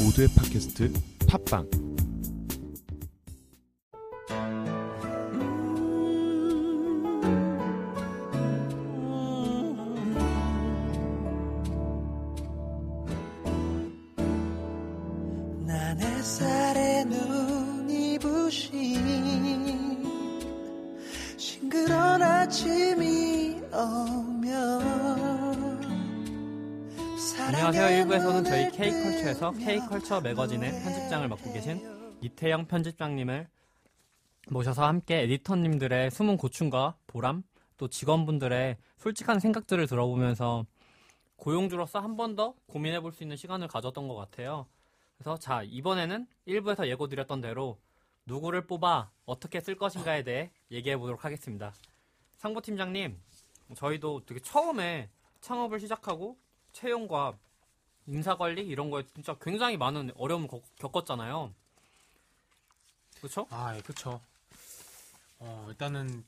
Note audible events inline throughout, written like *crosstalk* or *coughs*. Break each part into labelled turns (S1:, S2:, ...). S1: 모두의 팟캐스트 팟빵
S2: 난 음. 햇살에 눈이 부신 싱그런 아침이 오면
S3: 안녕하세요. 일부에서는 저희 K컬처에서 K컬처 매거진의 편집장을 맡고
S4: 음,
S3: 계신 이태영 편집장님을 모셔서 함께 에디터님들의 숨은 고충과 보람, 또 직원분들의 솔직한 생각들을 들어보면서 고용주로서 한 번 더 고민해 볼 수 있는 시간을 가졌던 것 같아요. 그래서 자, 이번에는 1부에서 예고드렸던 대로 누구를 뽑아 어떻게 쓸 것인가에 대해 얘기해 보도록 하겠습니다. 상보팀장님, 저희도 되게 처음에 창업을 시작하고 채용과 인사관리 이런 거에 진짜 굉장히 많은 어려움을 겪- 겪었잖아요. 그렇죠?
S5: 아, 예, 그쵸. 어, 일단은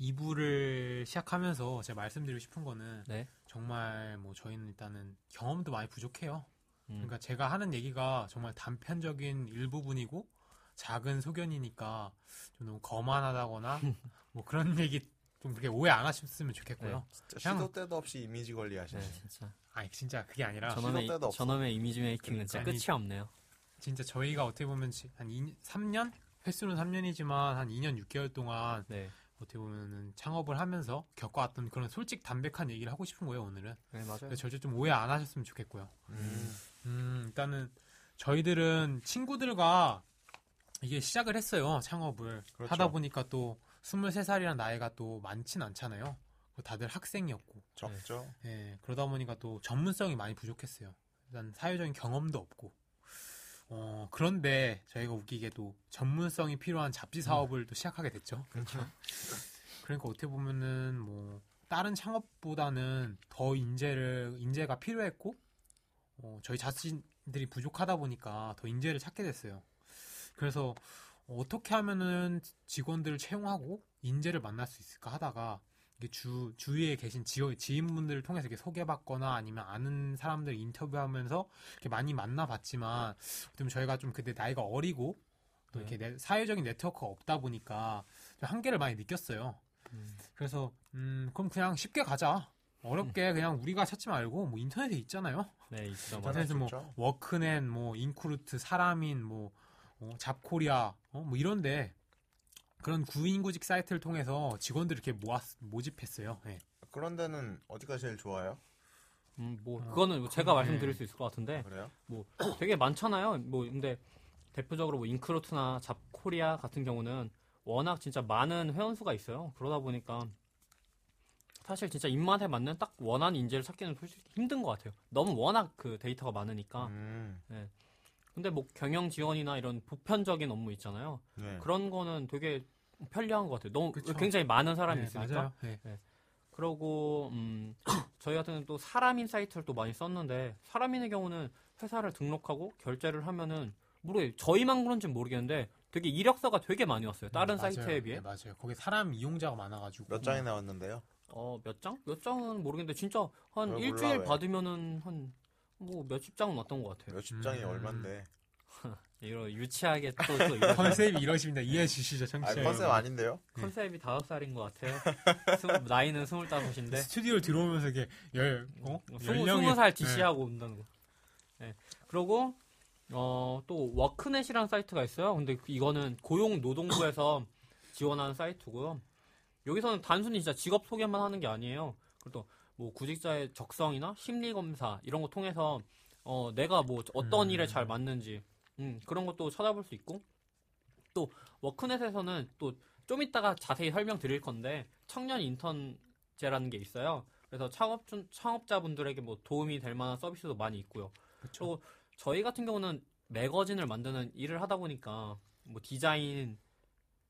S5: 2부를 시작하면서 제가 말씀드리고 싶은 거는
S3: 네.
S5: 정말 뭐 저희는 일단은 경험도 많이 부족해요.
S3: 음.
S5: 그러니까 제가 하는 얘기가 정말 단편적인 일부분이고 작은 소견이니까 좀 너무
S3: *laughs*
S5: 거만하다거나 뭐 그런 얘기 좀 그렇게 오해 안 하셨으면 좋겠고요.
S4: 진짜 시도 때도 없이 이미지 관리
S3: 네,
S4: 하시네.
S3: 진짜.
S5: 아니, 진짜 그게 아니라
S3: 저놈의,
S4: 시도 때도 없어.
S3: 저놈의 이미지 메이킹은 진짜
S5: 그러니까.
S3: 끝이 없네요.
S5: 진짜 저희가 어떻게 보면 지- 한 2, 3년? 횟수는 3년이지만 한 2년 6개월 동안
S3: 네.
S5: 어떻게 보면은 창업을 하면서 겪어왔던 그런 솔직 담백한 얘기를 하고 싶은 거예요 오늘은
S3: 네, 맞아요.
S5: 근데 절대 좀 오해 안 하셨으면 좋겠고요
S4: 음.
S5: 음 일단은 저희들은 친구들과 이게 시작을 했어요 창업을
S4: 그렇죠.
S5: 하다 보니까 또 23살이란 나이가 또 많진 않잖아요 그리고 다들 학생이었고
S4: 적죠.
S3: 네.
S5: 예, 그러다 보니까 또 전문성이 많이 부족했어요. 일단 사회적인 경험도 없고. 어, 그런데 저희가 웃기게도 전문성이 필요한 잡지 사업을 또 시작하게 됐죠. 그렇죠. *laughs* 그러니까 어떻게 보면은 뭐 다른 창업보다는 더 인재를 인재가 필요했고 어, 저희 자신들이 부족하다 보니까 더 인재를 찾게 됐어요. 그래서 어떻게 하면은 직원들을 채용하고 인재를 만날 수 있을까 하다가 이게 주 주위에 계신 지어, 지인분들을 통해서 이렇게 소개받거나 아니면 아는 사람들 인터뷰하면서 이렇게 많이 만나봤지만 좀 저희가 좀 그때 나이가 어리고 또 이렇게 네- 사회적인 네트워크가 없다 보니까 좀 한계를 많이 느꼈어요.
S3: 음.
S5: 그래서 음 그럼 그냥 쉽게 가자. 어렵게 그냥 우리가 찾지 말고 뭐 인터넷에 있잖아요.
S3: 네, 있어 맞아요.
S5: 인터넷에 뭐
S4: 진짜?
S5: 워크넷, 뭐 인크루트, 사람인, 뭐 어, 잡코리아, 어, 뭐 이런데 그런 구인구직 사이트를 통해서 직원들을 이렇게 모았 모집했어요. 예.
S4: 그런 데는 어디가 제일 좋아요?
S3: 음, 뭐 그거는 뭐 제가 말씀드릴 수 있을 것 같은데
S4: 그래요?
S3: 뭐 되게 많잖아요. 뭐 근데 대표적으로 뭐 인크로트나 잡코리아 같은 경우는 워낙 진짜 많은 회원수가 있어요. 그러다 보니까 사실 진짜 입맛에 맞는 딱 원하는 인재를 찾기는 솔직히 힘든 것 같아요. 너무 워낙 그 데이터가 많으니까.
S4: 음.
S3: 근데 뭐 경영 지원이나 이런 보편적인 업무 있잖아요.
S4: 네.
S3: 그런 거는 되게 편리한 것 같아요. 너무
S5: 그쵸.
S3: 굉장히 많은 사람이
S5: 네,
S3: 있으니까.
S5: 맞아요. 예.
S3: 그러고 음, *clears throat* 저희 같은 경우는 또 사람인 사이트를 또 많이 썼는데 사람인의 경우는 회사를 등록하고 결제를 하면은 모르게 저희만 그런지는 모르겠는데 되게 이력서가 되게 많이 왔어요. 다른
S5: 음, 맞아요.
S3: 사이트에 비해
S5: 네, 맞아요. 거기 사람 이용자가 많아가지고
S4: 몇 장이 나왔는데요?
S3: 어, 몇 장? 몇 장은 모르겠는데 진짜 한
S4: 왜
S3: 일주일
S4: 몰라, 왜?
S3: 받으면은 한 뭐 몇십 장은 왔던 것 같아요.
S4: 몇십 장이
S5: 음.
S4: 얼만데?
S3: 이런 유치하게 또, 또 이런
S5: *laughs* 컨셉이 이러십니다. 이해해 주시죠,
S3: 음.
S4: 아,
S3: 네.
S5: 청취자
S4: 컨셉
S5: 여러분.
S4: 아닌데요?
S3: 컨셉이 다섯 살인 것 같아요. 스물- 나이는
S5: *laughs*
S3: 스물다섯인데
S5: 스튜디오를 들어오면서 이게 열, 어?
S3: 음, 뭐 스무
S5: 열명이-
S3: 스무 살
S5: 네.
S3: DC하고 온다는 거. 네. 그러고 어, 또 워크넷이라는 사이트가 있어요. 근데 그- 이거는 고용노동부에서 *clears throat* 지원하는 사이트고요. 여기서는 단순히 진짜 직업 소개만 하는 게 아니에요. 그래도 뭐 구직자의 적성이나 심리 검사 이런 거 통해서 어, 내가 뭐 어떤
S5: 음.
S3: 일에 잘 맞는지 음, 그런 것도 찾아볼 수 있고 또 워크넷에서는 또 좀 이따가 자세히 설명드릴 건데 청년 인턴제라는 게 있어요. 그래서 창업 창업자분들에게 뭐 도움이 될 만한 서비스도 많이 있고요.
S5: 그쵸.
S3: 또 저희 같은 경우는 매거진을 만드는 일을 하다 보니까 뭐 디자인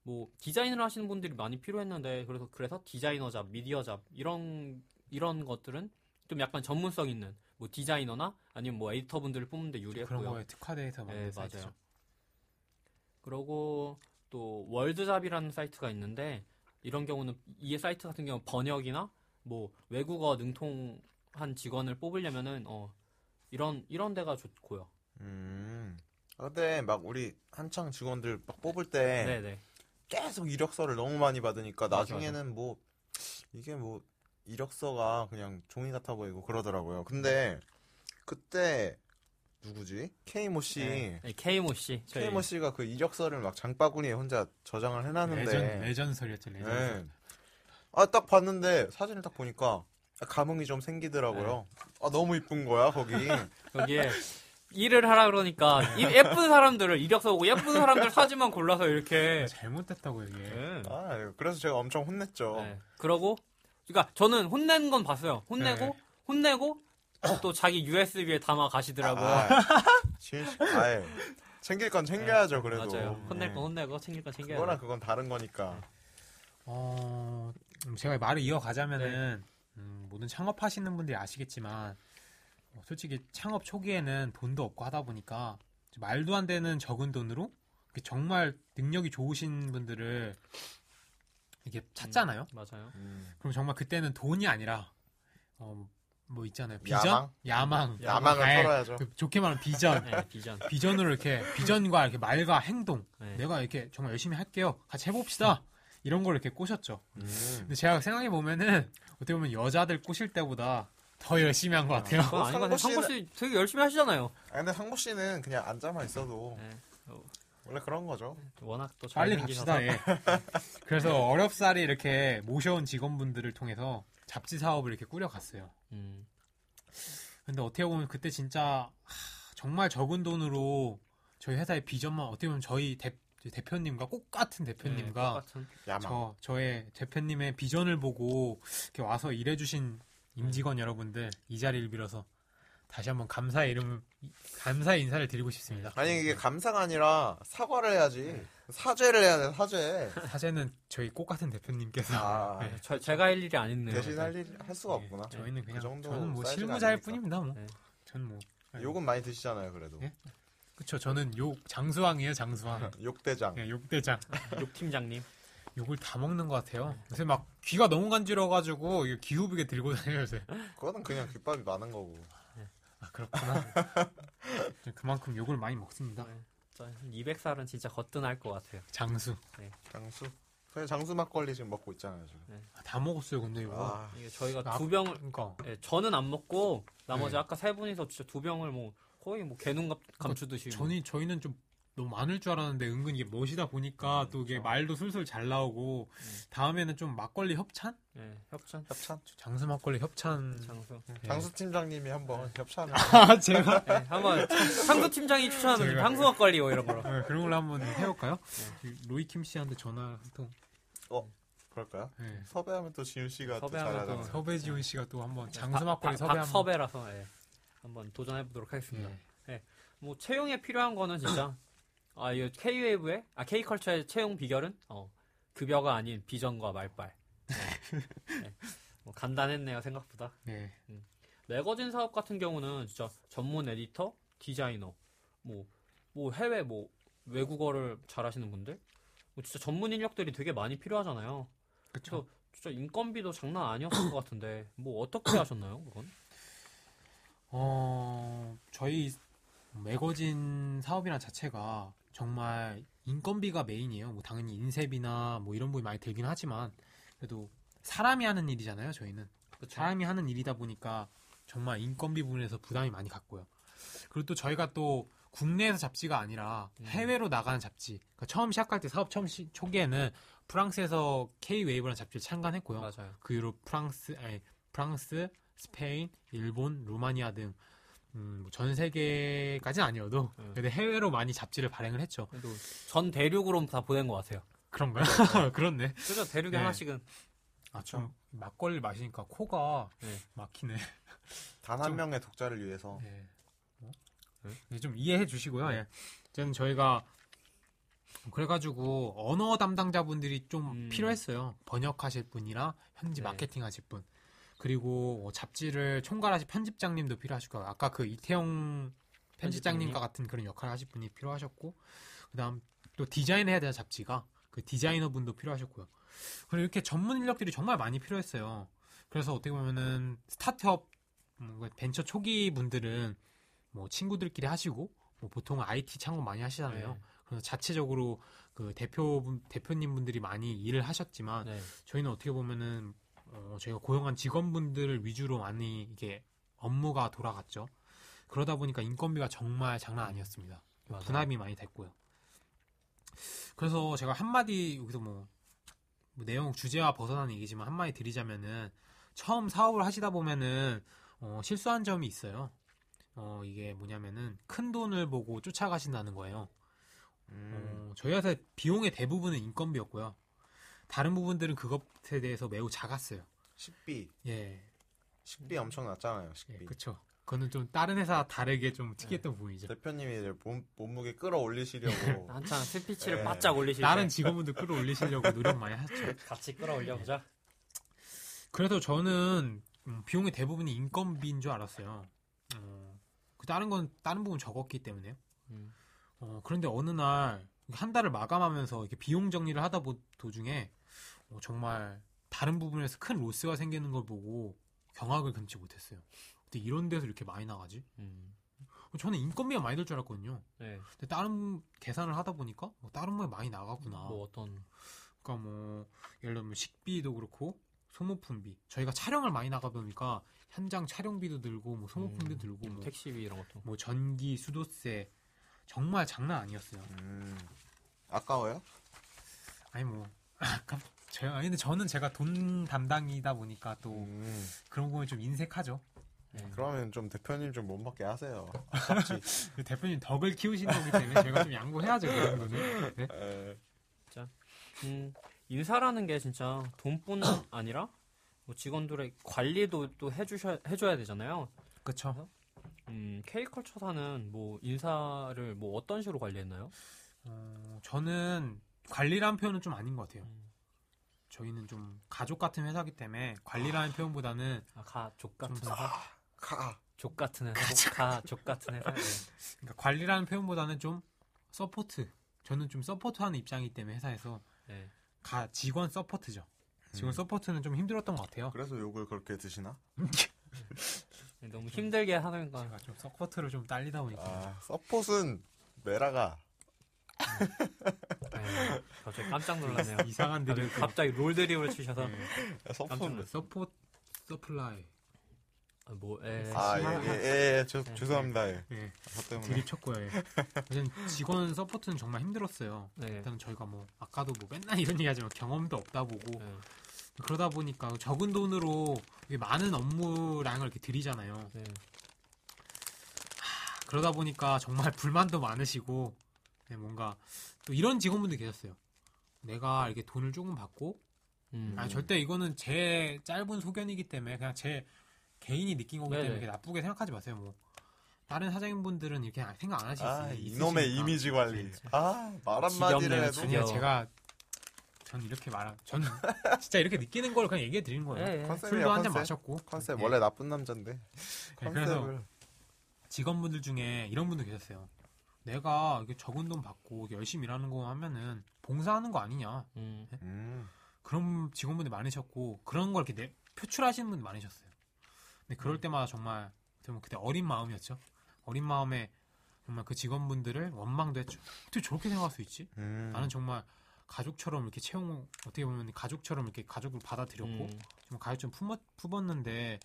S3: 뭐 디자인을 하시는 분들이 많이 필요했는데 그래서 그래서 디자이너 잡, 미디어 잡 이런 이런 것들은 좀 약간 전문성 있는 뭐 디자이너나 아니면 뭐 에디터 분들을 뽑는데
S5: 그런
S3: 유리했고요.
S5: 거에 특화돼서 만든
S3: 네,
S5: 사이트죠.
S3: 맞아요. 그러고 또 월드잡이라는 사이트가 있는데 이런 경우는 이 사이트 같은 경우 번역이나 뭐 외국어 능통한 직원을 뽑으려면은 어 이런 이런 데가 좋고요.
S4: 음. 근데 막 우리 한창 직원들 막 뽑을 때
S3: 네, 네.
S4: 계속 이력서를 너무 많이 받으니까
S3: 맞아,
S4: 나중에는 뭐 이게 뭐 이력서가 그냥 종이 같아 보이고 그러더라고요.
S3: 네.
S4: 근데 그때 누구지? 케이모 씨.
S3: 네. 네, 케이모 씨. 저희
S4: 케이모 씨가 그 이력서를 막 장바구니에 혼자 저장을 해놨는데
S5: 레전 레전설이었죠
S4: 네.
S5: 레전설.
S4: 아, 딱 봤는데 사진을 딱 보니까 감흥이 좀 생기더라고요.
S3: 네.
S4: 아, 너무 이쁜 거야,
S3: *laughs*
S4: 거기.
S3: 여기에 일을 하라 그러니까 이 예쁜 사람들을 이력서 보고 예쁜 사람들 사진만 골라서
S4: 네.
S3: 이렇게
S5: 잘못됐다고 이게.
S3: 네.
S4: 아, 그래서 제가 엄청 혼냈죠.
S3: 네. 그러고 그러니까 저는 혼낸 건 봤어요. 혼내고
S5: 네.
S3: 혼내고 또 자기 USB에 담아 가시더라고요. *laughs*
S4: 아, 지은 씨, 아예 챙길 건 챙겨야죠, 그래도.
S3: 맞아요. 혼낼
S4: 네.
S3: 건 네. 혼내고 챙길 건 챙겨야
S4: 그거랑
S3: 돼요.
S4: 그건 다른 거니까.
S5: 어, 음, 제가 말을 이어가자면은 음, 모든 창업하시는 분들이 아시겠지만 어, 솔직히 창업 초기에는 돈도 없고 하다 보니까 말도 안 되는 적은 돈으로 이렇게 정말 능력이 좋으신 분들을 이게 찾잖아요.
S3: 음, 맞아요.
S4: 음.
S5: 그럼 정말 그때는 돈이 아니라 어, 뭐 있잖아요. 비전,
S4: 야망?
S5: 야망,
S4: 야망을
S5: 아예
S4: 털어야죠.
S3: *laughs*
S5: 그 좋게 말하면 비전,
S3: 네, 비전.
S5: 비전으로 이렇게 비전과 이렇게 말과 행동,
S3: 네.
S5: 내가 이렇게 정말 열심히 할게요. 같이 해봅시다. 이런 걸 이렇게 꼬셨죠.
S4: 음.
S5: 근데 제가 생각해 보면은 어떻게 보면 여자들 꼬실 때보다 더 열심히 한 것 같아요.
S3: 그건 아닌 것
S4: 상고 씨는-
S3: 같아요. 상고 씨 되게 열심히 하시잖아요.
S4: 아, 근데 상보 씨는 그냥 앉아만 있어도
S3: 네.
S4: 원래 그런 거죠.
S3: 워낙 또
S5: 빨리
S3: 잘생기셔서.
S5: 갑시다. 예. 그래서 어렵사리 이렇게 모셔온 직원분들을 통해서 잡지 사업을 이렇게 꾸려갔어요.
S3: 음,
S5: 근데 어떻게 보면 그때 진짜 하, 정말 적은 돈으로 저희 회사의 비전만 어떻게 보면 저희 대, 대표님과 꽃 같은
S3: 네,
S5: 대표님과
S3: 똑같은.
S4: 야망.
S5: 저 저의 대표님의 비전을 보고 이렇게 와서 일해주신
S4: 음.
S5: 임직원 여러분들 이 자리를 빌어서 다시 한번 감사의 이름 감사의 인사를 드리고 싶습니다.
S4: 아니
S3: 네.
S4: 이게 감사가 아니라 사과를 해야지. 사죄를 해야 돼, 사죄.
S5: 사제는 저희 꽃 같은 대표님께서
S4: 아,
S5: *laughs* 네.
S3: 저, 제가 할 일이 아니네요.
S4: 대신 할, 일, 할 수가 없구나.
S5: 네, 저희는 그냥
S4: 정도
S5: 저는 뭐
S4: 사이즈가
S5: 실무자일
S4: 아니니까.
S5: 뿐입니다. 뭐
S3: 네.
S5: 저는 뭐
S4: 욕은 많이 드시잖아요, 그래도.
S5: 예? 그쵸 저는 욕 장수왕이에요 장수왕.
S4: 욕대장.
S5: 네, 욕대장
S3: 욕팀장님.
S5: 욕을 다 먹는 것 같아요. 요새 막 귀가 너무 간지러가지고 이거 기후비게 들고 다녀요 요새.
S4: 그거는 그냥 귓밥이 많은 거고.
S5: 아
S4: *laughs*
S5: 그렇구나. 그만큼 욕을 많이 먹습니다.
S3: 네,
S4: 네.
S3: 저 200살은 진짜 거뜬할 것 같아요.
S5: 장수
S4: 장수. 저희 장수 막걸리 지금 먹고 있잖아요, 지금.
S5: 아, 다 먹었어요 근데 이거.
S4: 아,
S3: 이게 저희가
S5: 아,
S3: 두 병을
S5: 그러니까
S3: 예, 저는 안 먹고 나머지
S5: 네. 그러니까
S3: 아까 세 분이서 진짜 두 병을 뭐 거의 뭐 개눈 감- 감추듯이 뭐.
S5: 저희 저희는 좀 너무 많을 줄 알았는데 은근 이게 멋이다 보니까 또 이게 말도 술술 잘 나오고 다음에는 좀 막걸리 협찬?
S3: 예, 협찬
S4: 아, 협찬.
S5: 장수 막걸리 협찬.
S3: 장수.
S5: 예.
S4: 장수 팀장님이 한번 협찬을.
S5: *laughs* 아 제가
S3: 예, 한번 상수 팀장이 추천하는
S5: 제가-
S3: 장수 막걸리 뭐 이런 거로.
S5: 네, 그런 걸로 한번 해볼까요? 그 로이킴 씨한테 전화 한 통.
S4: 그럴까요?
S5: 네.
S4: 섭외하면 또 지윤 씨가 또
S3: 섭외하면
S4: 잘하잖아요.
S3: 또-
S5: 서배지훈 씨가 또 한번 *laughs* 장수
S3: 박-
S5: 막걸리
S3: 박-
S5: 섭외
S3: 박
S5: 한번.
S3: 섭외라서 예, 한번 도전해 보도록 하겠습니다.
S5: 예.
S3: 뭐 채용에 필요한 거는
S5: *laughs*
S3: 진짜 아 이거 K 웨이브의 아 K 컬처의 채용 비결은 어 급여가 아닌 비전과 말빨.
S5: *laughs*
S3: 네. 네. 뭐 간단했네요 생각보다.
S5: 네.
S3: 매거진 사업 같은 경우는 진짜 전문 에디터, 디자이너, 뭐, 뭐 해외 뭐 외국어를 잘하시는 분들, 뭐 진짜 전문 인력들이 되게 많이 필요하잖아요.
S5: 그렇죠.
S3: 진짜 인건비도 장난 아니었을 것 같은데 뭐 어떻게 하셨나요 그건?
S5: 어, 저희 매거진 사업이란 자체가 정말 인건비가 메인이에요. 뭐 당연히 인쇄비나 뭐 이런 부분이 많이 들긴 하지만 그래도 사람이 하는 일이잖아요. 저희는 사람이 하는 일이다 보니까 정말 인건비 부분에서 부담이 많이 갔고요. 그리고 또 저희가 또 국내에서 잡지가 아니라
S3: 음.
S5: 해외로 나가는 잡지. 그러니까 처음 시작할 때 사업 처음 시- 초기에는 프랑스에서 K 웨이브라는 잡지를 창간했고요.
S3: 맞아요.
S5: 그 이후로 프랑스, 아니, 프랑스, 스페인, 일본, 루마니아 등, 음, 뭐전 세계까지는 아니어도,
S3: 음.
S5: 근데 해외로 많이 잡지를 발행을 했죠.
S3: 그래도 전 대륙으로 다 보낸 것 같아요.
S5: 그런가요? *laughs* 그렇네.
S3: 그죠 대륙에
S5: 네.
S3: 하나씩은
S5: 아, 좀, 막걸리 마시니까 코가
S3: 네.
S5: 막히네.
S4: 단 한
S5: 좀-
S4: 명의 독자를 위해서.
S5: 예. 뭐? 예, 좀 이해해
S3: 네.
S5: 주시고요. 예. 저는 저희가 그래가지고 언어 담당자분들이 좀
S3: 음.
S5: 필요했어요. 번역하실 분이랑 현지
S3: 네.
S5: 마케팅하실 분 그리고 어, 잡지를 총괄하실 편집장님도 필요하실 거예요. 아까 그 이태영
S3: 편집장님?
S5: 편집장님과 같은 그런 역할을 하실 분이 필요하셨고 그다음 또 디자인해야 돼요 잡지가 그 디자이너 분도 필요하셨고요. 그리고 이렇게 전문 인력들이 정말 많이 필요했어요. 그래서 어떻게 그 보면은 스타트업 음, 벤처 초기 분들은 뭐 친구들끼리 하시고 뭐 보통 IT 창업 많이 하시잖아요.
S3: 네.
S5: 그래서 자체적으로 그 대표 대표님 분들이 많이 일을 하셨지만
S3: 네.
S5: 저희는 어떻게 보면은 어, 저희가 고용한 직원분들을 위주로 많이 이게 업무가 돌아갔죠. 그러다 보니까 인건비가 정말 장난 아니었습니다.
S3: 음. 맞아요.
S5: 분합이 많이 됐고요. 그래서 제가 한마디 여기서 뭐, 뭐 내용 주제와 벗어나는 얘기지만 한마디 드리자면은 처음 사업을 하시다 보면은 어, 실수한 점이 있어요. 어, 이게 뭐냐면은 큰 돈을 보고 쫓아가신다는 거예요.
S4: 음,
S5: 어, 저희 회사 비용의 대부분은 인건비였고요. 다른 부분들은 그것에 대해서 매우 작았어요.
S4: 식비
S5: 예,
S4: 식비 엄청 났잖아요.
S5: 예
S4: 식비.
S5: 그렇죠. 그거는 좀 다른 회사 다르게 좀 특이했던 부분이죠.
S4: 대표님이 이제 몸, 몸무게
S3: *laughs*
S4: 끌어올리시려고
S3: 한창 스피치를
S4: 네.
S3: 바짝 올리실 때
S5: 다른 직원분들 끌어올리시려고 노력 많이 하죠.
S3: 같이 끌어올려보자.
S5: 그래서 저는 음, 비용의 대부분이 인건비인 줄 알았어요. 어, 그 다른 건 다른 부분 적었기 때문에요.
S3: 음.
S5: 어, 그런데 어느 날 한 달을 마감하면서 이렇게 비용 정리를 하다 보 도중에 어, 정말 다른 부분에서 큰 로스가 생기는 걸 보고 경악을 금치 못했어요. 근데 이런 데서 이렇게 많이 나가지? 어,
S3: 음.
S5: 저는 인건비가 많이 들 줄 알았거든요.
S3: 네.
S5: 근데 다른 계산을 하다 보니까 뭐 다른 거에 많이 나가구나.
S3: 뭐 어떤
S5: 그러니까 뭐 예를 들면 식비도 그렇고 소모품비. 저희가 촬영을 많이 나가 보니까 현장 촬영비도 들고 뭐 소모품도
S3: 음,
S5: 들고 뭐,
S3: 택시비 이런 것도.
S5: 뭐 전기, 수도세 정말 장난 아니었어요.
S4: 음, 아까워요? 아니
S5: 아니 뭐 *laughs* 아까 저 아니 근데 저는 제가 돈 담당이다 보니까 또
S4: 음,
S5: 그런 거에 좀 인색하죠.
S3: 예. 네.
S4: 그러면 좀 대표님 좀 몸밖에 하세요. 아깝지. *laughs*
S5: 근데 그 대표님 덕을 키우시는 거기 때문에 제가 좀 양보해야죠 그런 거는. 네?
S4: 에,
S3: 음, 인사라는 게 진짜 돈뿐 아니라 뭐 직원들의 관리도 또 해주셔 해줘야 되잖아요.
S5: 그렇죠.
S3: 음, K컬처사는 뭐 인사를 뭐 어떤 식으로 관리했나요?
S5: 어, 저는 관리라는 표현은 좀 아닌 것 같아요.
S4: 음.
S5: 저희는 좀 가족 같은 회사기 때문에 관리라는 표현보다는
S3: 아, 가족
S5: 좀
S3: 같은 회사,
S4: 가.
S3: 족 같은 회사, 가족 같은 회사. 네.
S5: 그러니까 관리라는 표현보다는 좀 서포트. 저는 좀 서포트하는 입장이기 때문에 회사에서
S3: 네.
S5: 가 직원 서포트죠. 직원
S4: 음.
S5: 서포트는 좀 힘들었던 것 같아요.
S4: 그래서 욕을 그렇게 드시나?
S3: 네, 너무 힘들게 하는
S4: 그-
S3: 건
S5: 제가 좀 서포트를 좀 딸리다 보니까
S4: 아, 서폿은 메라가.
S3: 네. 갑자기 깜짝 놀랐네요.
S4: 아.
S5: 이상한 네.
S3: 다들
S5: 데를
S4: 그
S5: 또-
S3: 갑자기 롤드립을 치셔서 깜짝
S4: 서폿.
S3: 놀랐어요.
S5: 음, 서포트 서플라이
S3: 아, 뭐 에,
S4: 아,
S3: 심하게.
S4: 예, 예, 예, 예, 죄-
S3: 네.
S4: 죄송합니다. 예.
S5: 예,
S4: 저 때문에.
S5: 드립쳤고요. 예. 어쨌든 직원 서포트는 정말 힘들었어요.
S3: 네.
S5: 일단 저희가 뭐 아까도 뭐 맨날 이런 얘기하지만 경험도 없다 보고
S3: 네.
S5: 그러다 보니까 적은 돈으로 이게 많은 업무량을 이렇게 드리잖아요.
S3: 네.
S5: 그러다 보니까 정말 불만도 많으시고 네, 뭔가 또 이런 직원분들 계셨어요. 내가 이렇게 돈을 조금 받고
S3: 음.
S5: 아니 절대 이거는 제 짧은 소견이기 때문에 그냥 제 개인이 느낀 거기 때문에
S3: 네네.
S5: 이렇게 나쁘게 생각하지 마세요. 뭐 다른 사장님분들은 이렇게 생각 안 하실
S4: 아,
S5: 수 있으니까.
S4: 이놈의 이미지 관리. 아, 말 한마디를
S3: 지겹네요,
S4: 해도.
S3: 지겹.
S5: 아니요 제가 전 이렇게 말한
S4: *laughs*
S5: 전 진짜 이렇게 느끼는 걸 그냥 얘기해 드리는 거예요.
S3: 예, 예.
S4: 컨셉이야,
S5: 술도 한 잔
S4: 네. 컨셉.
S5: 마셨고
S4: 컨셉
S5: 예.
S4: 원래 나쁜 남잔데
S5: 예, 그래서
S4: 컨셉을
S5: 직원분들 중에 이런 분도 계셨어요. 내가 이게 적은 돈 받고 이렇게 열심히 일하는 거 하면은 봉사하는 거 아니냐.
S3: 음.
S4: 음,
S5: 그런 직원분들 많으셨고 그런 걸 이렇게 내, 표출하시는 분 많으셨어요. 근데
S3: 음.
S5: 그럴 때마다 정말 정말 그때 어린 마음이었죠. 어린 마음에 정말 그 직원분들을 원망도 했죠. 어떻게 저렇게 생각할 수 있지?
S4: 음.
S5: 나는 정말 가족처럼 이렇게 채용 어떻게 보면 가족처럼 이렇게 가족을 받아들였고
S3: 음.
S5: 정말 가족처럼 품었, 품었는데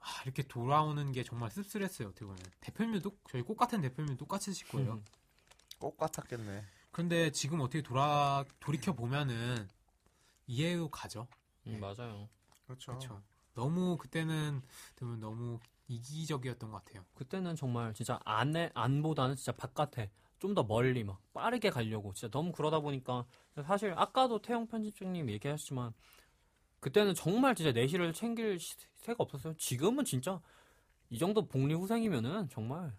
S5: 아, 이렇게 돌아오는 게 정말 씁쓸했어요. 어떻게 보면 대표님도 저희 꽃 같은 대표님도 똑같으실 거예요.
S3: 음.
S4: 꼭 같았겠네.
S5: 그런데 지금 어떻게 돌아 돌이켜 보면은 이해로 가죠.
S3: 음, 맞아요.
S4: 그렇죠.
S5: 그렇죠. 너무 그때는 되면 너무 이기적이었던 것 같아요.
S3: 그때는 정말 진짜 안에 안보다는 진짜 바깥에 좀 더 멀리 막 빠르게 가려고 진짜 너무 그러다 보니까 사실 아까도 태영 편집장님 얘기하셨지만 그때는 정말 진짜 내실을 챙길 시- 새가 없었어요. 지금은 진짜 이 정도 복리 후생이면은 정말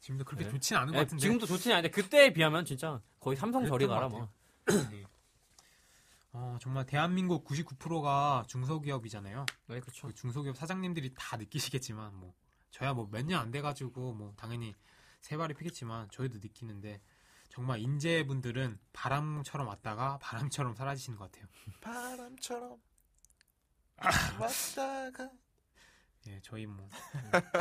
S5: 지금도 그렇게
S3: 네.
S5: 좋진 않은 것
S3: 예,
S5: 같은데.
S3: 지금도 좋지 않은데 그때에 비하면 진짜 거의 삼성 저리
S5: 그랬던 것
S3: 가라
S5: 같아요.
S3: 뭐.
S5: *clears throat* 네. 어, 정말 대한민국 99%가 중소기업이잖아요.
S3: 네 그렇죠.
S5: 그 중소기업 사장님들이 다 느끼시겠지만 뭐 저야 뭐 몇 년 안 돼가지고 뭐 당연히 세 발이 피겠지만 저희도 느끼는데 정말 인재분들은 바람처럼 왔다가 바람처럼 사라지시는 것 같아요.
S4: 바람처럼 왔다가
S5: 예, 저희 뭐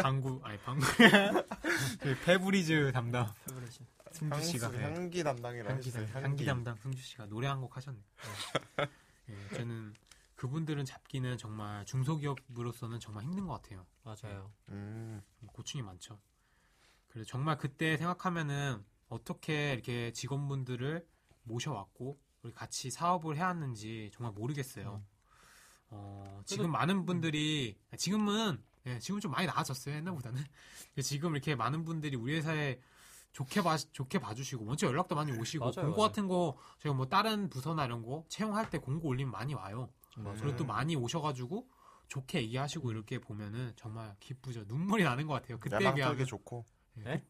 S5: 방구 아니 방구 *laughs* 저희 페브리즈 담당
S3: 페브리즈.
S5: 승주 씨가
S4: 향수,
S5: 예.
S4: 향기 담당이라
S5: 향기,
S4: 했어요.
S5: 향기 담당 승주 씨가 노래 한 곡 하셨네. 요 예, 저는 그분들은 잡기는 정말 중소기업으로서는 정말 힘든 것 같아요.
S3: 맞아요.
S4: 음,
S5: 뭐 고충이 많죠. 그래서 정말 그때 생각하면은 어떻게 이렇게 직원분들을 모셔왔고 우리 같이 사업을 해왔는지 정말 모르겠어요.
S3: 음.
S5: 어, 지금 많은 분들이 지금은 예, 지금 좀 많이 나아졌어요 옛날보다는 *laughs* 근데 지금 이렇게 많은 분들이 우리 회사에 좋게 봐 좋게 봐주시고 먼저 연락도 많이 오시고
S3: 맞아요,
S5: 공고
S3: 맞아요.
S5: 같은 거 저희 뭐 다른 부서나 이런 거 채용할 때 공고 올리면 많이 와요.
S3: 네. 음.
S4: 맞아요.
S5: 음.
S3: 예,
S5: 그리고 또 많이 오셔가지고 좋게 얘기하시고 이렇게 보면은 정말 기쁘죠. 눈물이 나는 것 같아요. 그때
S4: 야망
S5: 비하면
S4: 털기 좋고. 네?
S3: 예?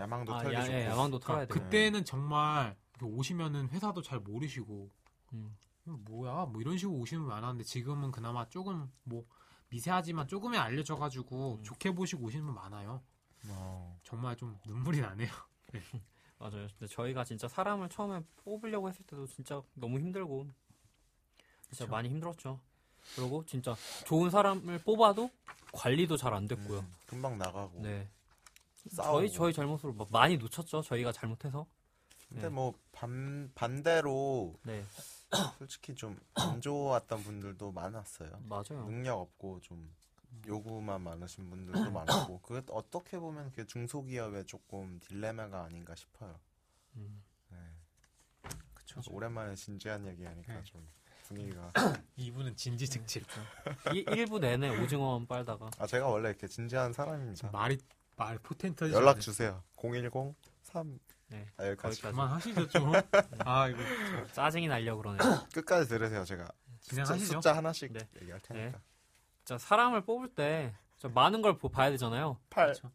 S4: 야망도
S3: 아,
S4: 털기
S3: 야,
S4: 좋고.
S3: 예, 야망도 털어야 돼요.
S4: 그-
S5: 그때는 정말 이렇게 오시면은 회사도 잘 모르시고
S3: 음.
S5: 이거 뭐야 뭐 이런 식으로 오시는 분 많았는데 지금은 그나마 조금 뭐 미세하지만 조금이 알려져가지고
S3: 음.
S5: 좋게 보시고 오시는 분 많아요.
S4: 어,
S5: 정말 좀 눈물이 나네요.
S3: 맞아요. 근데 저희가 진짜 사람을 처음에 뽑으려고 했을 때도 진짜 너무 힘들고 진짜
S5: 그쵸.
S3: 많이 힘들었죠. 그리고 진짜 좋은 사람을 뽑아도 관리도 잘 안 됐고요.
S4: 음, 금방 나가고.
S3: 네.
S4: 싸우고.
S3: 저희 저희 잘못으로 막 많이 놓쳤죠. 저희가 잘못해서.
S4: 근데
S3: 네.
S4: 뭐 반, 반대로
S3: 네.
S4: 솔직히 좀 안 좋았던 분들도 많았어요.
S5: 음.
S3: 맞아요.
S4: 능력 없고 좀 요구만 많으신
S5: *clears throat*
S4: 분들도 많았고 그게 어떻게 보면 그 중소기업의 조금 딜레마가 아닌가 싶어요.
S3: 음.
S4: 네.
S5: 그쵸.
S4: 오랜만에 진지한 얘기하니까
S5: 네.
S4: 좀 분위기가
S5: 이분은 진지 직질.
S3: 이, 1부 내내 오징어만 빨다가
S4: 아 제가 원래 이렇게 진지한 사람입니다.
S5: 말이 말 포텐터지.
S4: 연락 주세요. 010 3
S3: 네.
S4: 아, 여기까지
S3: 거기까지.
S5: 그만 하시죠 좀. 아 이거
S3: 짜증이 날려 그러네.
S4: 끝까지 들으세요. 제가 숫자,
S5: 진행하시죠.
S4: 숫자 하나씩
S3: 네.
S4: 얘기할 테니까.
S3: 진짜 사람을 뽑을 때 진짜 많은 걸 보- 봐야 되잖아요.
S4: 팔
S5: 그쵸.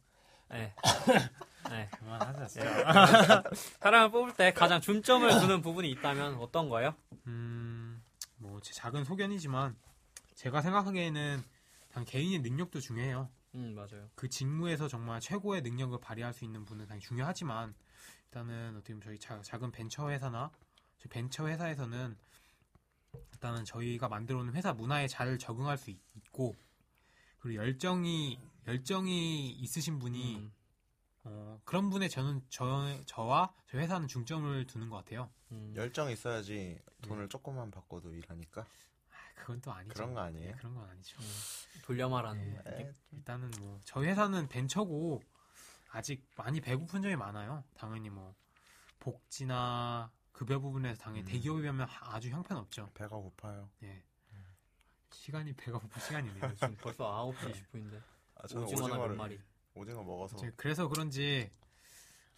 S3: 네.
S5: *laughs*
S3: 네.
S5: 그렇죠. 그만하자. 진짜.
S3: 사람을 뽑을 때 가장 중점을 두는 부분이 있다면 어떤 거예요?
S5: 음, 뭐 제 작은 소견이지만 제가 생각하기에는 당 개인의 능력도 중요해요.
S3: 음 맞아요.
S5: 그 직무에서 정말 최고의 능력을 발휘할 수 있는 분은 당연히 중요하지만 일단은 어떻게 보면 저희 자- 작은 벤처 회사나 저희 벤처 회사에서는 일단은 저희가 만들어오는 회사 문화에 잘 적응할 수 있- 있고 그리고 열정이 열정이 있으신 분이
S3: 음,
S5: 어, 그런 분에 저는 저 저와 저희 회사는 중점을 두는 것 같아요.
S3: 음.
S4: 열정 있어야지 돈을 조금만 받고도 일하니까
S5: 아, 음. 그건 또 아니죠.
S4: 그런 거 아니에요? 음,
S5: 네, 그런 건 아니죠.
S3: 돌려 말하는
S5: 네.
S3: 거.
S4: 에,
S5: 일단은 뭐 저희 회사는 벤처고 아직 많이 배고픈 점이 많아요. 당연히 뭐 복지나 급여 부분에서 당연히
S4: 음.
S5: 대기업에 비하면 하- 아주 형편없죠.
S4: 배가 고파요.
S5: 예. 시간이 배가 고픈
S3: *laughs*
S5: 시간이네요.
S3: 지금 벌써 9시 20분인데
S4: 아, 저는
S3: 오징어나 몇
S4: 오징어를
S3: 마리.
S4: 오징어 먹어서
S5: 이제 그래서 그런지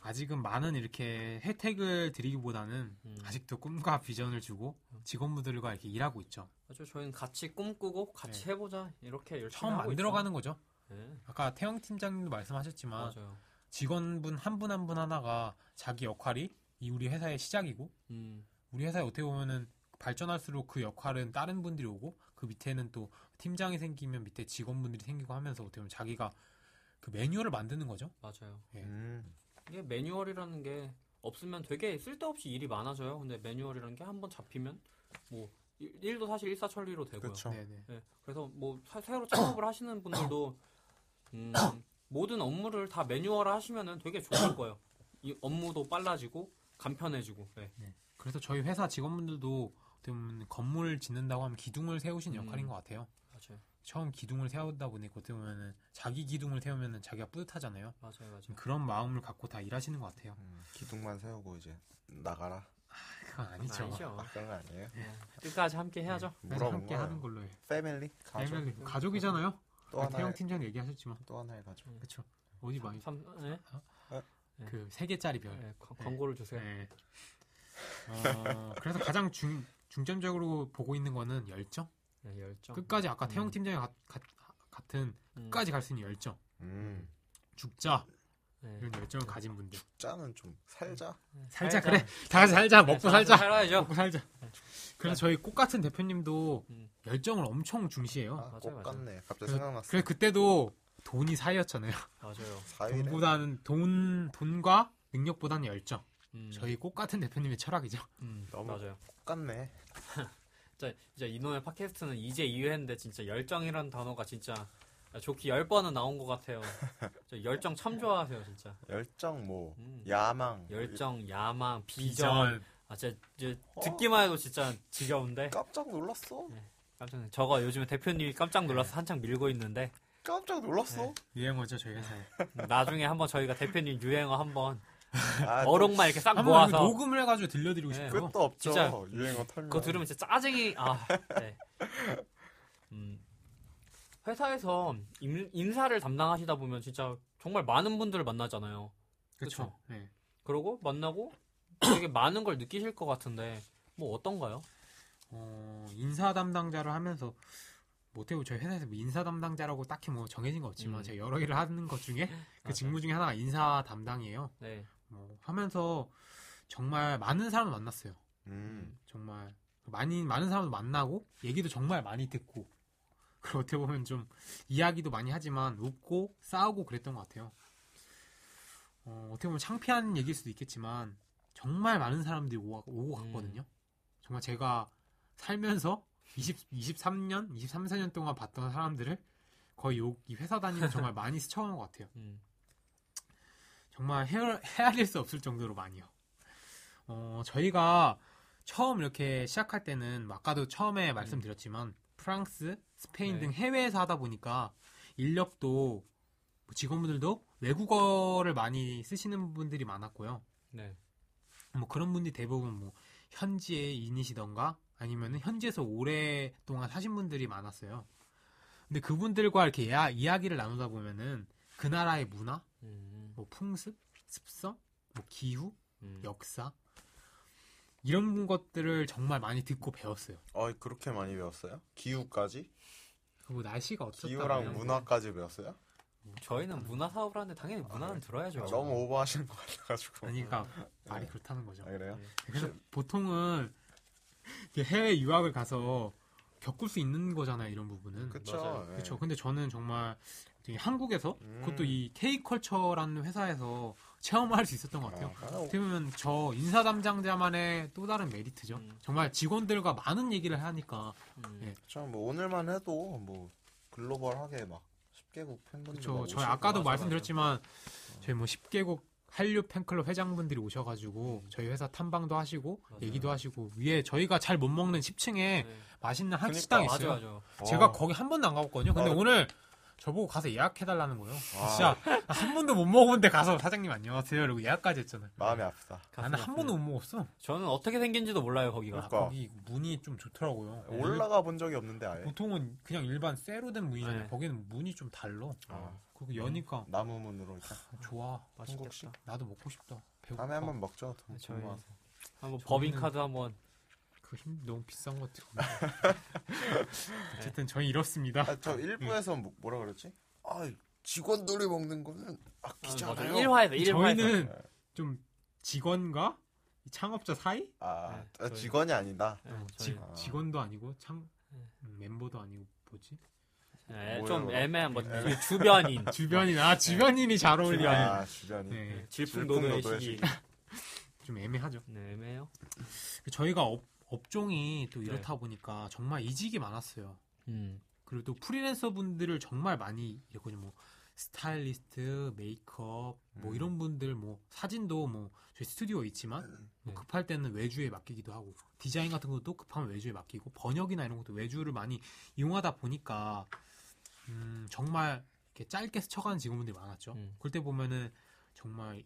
S5: 아직은 많은 이렇게 혜택을 드리기보다는
S3: 음.
S5: 아직도 꿈과 비전을 주고 직원분들과 이렇게 일하고 있죠.
S3: 아주 저희는 같이 꿈꾸고 같이 해보자 이렇게 열심히
S5: 네. 처음
S3: 하고
S5: 만들어가는 거죠.
S3: 있죠. 네.
S5: 아까 태영 팀장님도 말씀하셨지만
S3: 맞아요.
S5: 직원분 한 분 한 분 하나가 자기 역할이 이 우리 회사의 시작이고
S3: 음,
S5: 우리 회사에 어떻게 보면은 발전할수록 그 역할은 다른 분들이 오고 그 밑에는 또 팀장이 생기면 밑에 직원분들이 생기고 하면서 어떻게 보면 자기가 그 매뉴얼을 만드는 거죠.
S3: 맞아요.
S4: 음,
S3: 이게 매뉴얼이라는 게 없으면 되게 쓸데없이 일이 많아져요. 근데 매뉴얼이라는 게 한번 잡히면 뭐 일- 일도 사실 일사천리로 되고요.
S4: 그렇죠.
S5: 네네.
S3: 예, 그래서 뭐 사- 새로 창업을 하시는 분들도 음, 모든 업무를 다 매뉴얼화 하시면은 되게 좋을 거예요. 이 업무도 빨라지고 간편해지고. 예.
S5: 그래서 저희 회사 직원분들도 어떻게 보면 건물 짓는다고 하면 기둥을 세우신
S3: 음.
S5: 역할인 것 같아요.
S3: 맞아요.
S5: 처음 기둥을 세우다 보니까 그 어떻게 보면은 자기 기둥을 세우면은 자기가 뿌듯하잖아요.
S3: 맞아요.
S5: 좀
S3: 맞아요.
S5: 그런 마음을 갖고 다 일하시는 것 같아요.
S4: 음, 기둥만 세우고 이제 나가라
S5: 그건 아니죠. 네.
S3: 아니죠.
S4: 아, 그런 거 아니에요?
S3: 예, 끝까지 함께 해야죠.
S5: 그래서
S4: 물어본
S5: 네, 함께
S4: 거예요.
S5: 하는 걸로 해요. 네,
S4: 패밀리 가족
S5: 가족. 가족이잖아요. 그
S4: 또 하나
S5: 태영 팀장 얘기하셨지만
S4: 또 하나의 가족.
S5: 그렇죠. 어디 많이
S3: 삼, 예? 네.
S5: 그 세 개짜리 별.
S3: 예, 거- 광고를 주세요.
S5: 네. 어, 그래서 가장 중, 중점적으로 보고 있는 거는 열정.
S3: 예, 열정.
S5: 끝까지 아까 태영
S3: 음.
S5: 팀장이 가- 가- 같은
S3: 음,
S5: 끝까지 갈 수 있는 열정.
S4: 음,
S5: 죽자
S3: 예.
S5: 이런 열정을 가진 분들.
S4: 짜는 좀 살자.
S5: 살자, 그래. 다 같이 살자. 먹고
S3: 네,
S5: 살자.
S3: 예, 살아야죠.
S5: 먹고 살자. 그래서 저희 꽃 같은 대표님도
S3: 네, 음.
S5: 열정을 엄청 중시해요.
S4: 아,
S3: 맞아요,
S4: 꼭
S3: 맞아요.
S4: 같네. 갑자기
S5: 어, 그래서-
S4: 생각났어.
S5: 그래서 그때도 돈이 사이였잖아요.
S3: 맞아요.
S4: 사일에
S5: 돈보다는 돈 돈과 능력보다는 열정.
S3: 음,
S5: 저희 꽃 같은 대표님의 철학이죠.
S3: 음,
S4: 너무-
S3: 맞아요.
S4: 똑 같네.
S3: 진짜, 진짜 이놈의 팟캐스트는 이제 2회인데 진짜 열정이라는 단어가 진짜 야, 조키 10번은 나온 것 같아요. 저 열정 참 좋아하세요, 진짜.
S4: 열정 뭐
S3: 음.
S4: 야망
S3: 열정, 야망, 비전. 아, 진짜, 이제 듣기만 해도 진짜 지겨운데.
S4: 깜짝 놀랐어
S3: 깜짝 놀랐어요. 저거 요즘에 대표님이 깜짝 놀라서 한창 밀고 있는데
S4: 깜짝 놀랐어
S5: 유행어죠 저희
S3: 네.
S5: 회사에.
S3: 나중에 한번 저희가 대표님 유행어 한번 네.
S4: 아, 또
S3: 어록만 이렇게 싹
S5: 한번 이거
S3: 모아서
S5: 녹음을 해가지고 들려드리고
S3: 네.
S5: 싶어요.
S4: 끝도 없죠
S3: 진짜
S4: 유행어 털면
S3: 그거 들으면 진짜 짜증이 아 네. 음, 회사에서 임, 인사를 담당하시다 보면 진짜 정말 많은 분들을 만나잖아요.
S5: 그렇죠. 네.
S3: 그러고 만나고 되게 많은 걸 느끼실 것 같은데 뭐 어떤가요?
S5: 어, 인사 담당자를 하면서 못해도 저희 회사에서 뭐 인사 담당자라고 딱히 뭐 정해진 거 없지만
S3: 음.
S5: 제가 여러 일을 하는 것 중에
S3: 맞아요.
S5: 그 직무 중에 하나가 인사 담당이에요.
S3: 네.
S5: 뭐 하면서 정말 많은 사람을 만났어요.
S4: 음.
S5: 정말 많이 많은 사람도 만나고 얘기도 정말 많이 듣고 그리고 어떻게 보면 좀 이야기도 많이 하지만 웃고 싸우고 그랬던 것 같아요. 어, 어떻게 보면 창피한 얘기일 수도 있겠지만 정말 많은 사람들이 오고, 오고
S3: 음.
S5: 갔거든요. 정말 제가 살면서 20, 23년, 23, 4년 동안 봤던 사람들을 거의 요- 이 회사 다니면 정말 많이 스쳐온 것 같아요.
S3: 음,
S5: 정말 헤아, 헤아릴 수 없을 정도로 많이요. 어, 저희가 처음 이렇게 시작할 때는 뭐 아까도 처음에 말씀드렸지만 프랑스, 스페인
S3: 네.
S5: 등 해외에서 하다 보니까 인력도 뭐 직원분들도 외국어를 많이 쓰시는 분들이 많았고요.
S3: 네.
S5: 뭐 그런 분들이 대부분 뭐 현지인이시던가 아니면 현지에서 오랫동안 사신 분들이 많았어요. 근데 그분들과 이렇게 야- 이야기를 나누다 보면은 그 나라의 문화
S3: 음,
S5: 뭐 풍습, 습성, 뭐 기후,
S3: 음.
S5: 역사 이런 것들을 정말 많이 듣고 배웠어요.
S4: 아 그렇게 많이 배웠어요 기후까지
S5: 그리고 뭐 날씨가 어떻다.
S4: 기후랑 문화까지 배웠어요
S3: 저희는 문화 사업을 하는데 당연히
S5: 아,
S3: 문화는 들어야죠.
S4: 너무 오버하시는 것 같아가지고
S5: 아니 그러니까 음. 말이 그렇다는 거죠.
S4: 아 그래요
S5: 그래서 보통은 이제 해외 유학을 가서 겪을 수 있는 거잖아요. 이런 부분은. 그
S4: 그쵸 예.
S5: 쵸 근데 저는 정말 되게 한국에서
S4: 음.
S5: 그것도 이 K컬처라는 회사에서 체험할 수 있었던 것 같아요.
S4: 뭐
S5: 어떻게 보면 저 인사 담당자만의 또 다른 메리트죠.
S3: 음.
S5: 정말 직원들과 많은 얘기를 하니까
S3: 음.
S5: 예.
S4: 그쵸 뭐 오늘만 해도 뭐 글로벌하게 막 10개국 팬분들 막
S5: 그렇죠. 저희
S4: 뭐 오시고 네.
S5: 아까도
S3: 맞아,
S5: 말씀드렸지만 저희 뭐 10개국 한류 팬클럽 회장분들이 오셔가지고
S4: 음.
S5: 저희 회사 탐방도 하시고
S3: 맞아요.
S5: 얘기도 하시고 위에 저가 잘 못 먹는 10층에
S3: 네.
S5: 맛있는
S4: 그러니까,
S5: 한식당
S3: 맞아,
S5: 있어요.
S3: 맞아.
S5: 제가
S4: 어.
S5: 거기 한 번도 안 가봤거든요. 근데
S4: 아.
S5: 오늘 저보고 가서 예약해달라는 거예요.
S4: 아.
S5: 진짜 한 번도 못 먹었는데 가서 사장님 안녕하세요 이러고 예약까지 했잖아요.
S4: 마음이 아프다
S5: 나는 한 번도 아, 못 먹었어.
S3: 저는 어떻게 생긴지도 몰라요, 거기가.
S4: 그러니까. 네,
S5: 거기 문이 좀 좋더라고요. 네.
S4: 올라가 본 적이 없는데 아예
S5: 보통은 네. 그냥 일반 쇠로 된 문이잖아요.
S3: 네.
S5: 거기는 문이 좀 달라.
S4: 아. 음.
S5: 그리고 여니까
S4: 나무 문으로 일단
S5: 좋아.
S4: 한국식
S5: 나도 먹고 싶다. 배고파.
S4: 다음에 한번 먹죠 돈
S3: 네, 저희-
S4: 모아서.
S3: 한번
S5: 저희는-
S3: 법인카드 한번.
S5: 그 힘, 너무 비싼 것 같아요.
S4: *laughs*
S5: 어쨌든 저희 이렇습니다. 음.
S4: 아, 저 일부에서 뭐- 뭐라 그랬지? 아, 직원들이 먹는 거는 아끼잖아요.
S3: 1화에서, 1화에서. 네.
S5: 저희는 좀 직원과 이 창업자 사이? 어,
S4: 아,
S3: 네,
S4: 아,
S3: 저희-
S4: 직원이 아니다.
S3: 네,
S5: 직,
S3: 저희-
S4: 아.
S5: 직원도 아니고 창
S3: 네.
S5: 음, 멤버도 아니고 뭐지?
S3: 네,
S4: 뭐예요,
S3: 좀
S4: 그거?
S3: 애매한 뭐 그 주변인
S5: 주변인
S3: 네.
S5: 아 주변인이 잘 어울려.
S4: 아, 주변이.
S5: 네,
S3: 질풍노도의
S4: 질풍노도의
S3: 시기.
S5: 좀 애매하죠.
S3: 네, 애매해요.
S5: 저희가 업, 업종이 또
S3: 네.
S5: 이렇다 보니까 정말 이직이 많았어요.
S3: 음,
S5: 그리고 또 프리랜서 분들을 정말 많이 이렇게 뭐 스타일리스트, 메이크업 뭐
S4: 음.
S5: 이런 분들 뭐 사진도 뭐 저희 스튜디오 있지만
S3: 네.
S5: 뭐 급할 때는 외주에 맡기기도 하고 디자인 같은 것도 급하면 외주에 맡기고 번역이나 이런 것도 외주를 많이 이용하다 보니까 음, 정말 이렇게 짧게 스쳐가는 직원분들이 많았죠.
S3: 음.
S5: 그럴 때 보면은 정말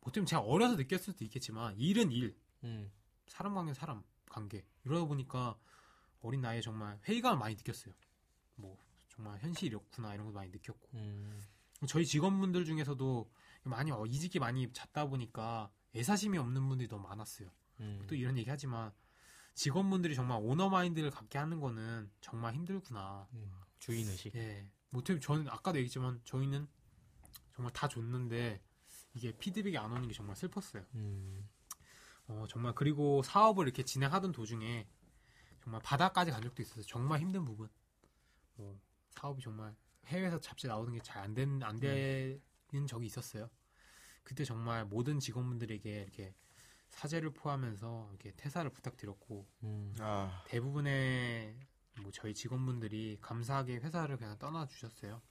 S5: 보통 제가 어려서 느꼈을 수도 있겠지만 일은 일,
S3: 음,
S5: 사람 관계 사람 관계 이러다 보니까 어린 나이에 정말 회의감을 많이 느꼈어요. 뭐 정말 현실이었구나 이런 것도 많이 느꼈고
S3: 음,
S5: 저희 직원분들 중에서도 많이 어, 이직이 많이 잦다 보니까 애사심이 없는 분들이 너무 많았어요.
S3: 음.
S5: 또 이런 얘기 하지만 직원분들이 정말 오너 마인드를 갖게 하는 거는 정말 힘들구나.
S3: 음, 주인 의식.
S5: 예. 못해 저는 아까도 얘기했지만 저희는 정말 다 줬는데 이게 피드백이 안 오는 게 정말 슬펐어요.
S3: 음,
S5: 어, 정말 그리고 사업을 이렇게 진행하던 도중에 정말 바다까지 간 적도 있어서 정말 힘든 부분. 뭐 사업이 정말 해외에서 잡지 나오는 게 잘 안 된 안 되는 적이 있었어요. 그때 정말 모든 직원분들에게 이렇게 사죄를 포함해서 이렇게 퇴사를 부탁드렸고
S3: 음,
S4: 아,
S5: 대부분의 뭐 저희 직원분들이 감사하게 회사를 그냥 떠나 주셨어요.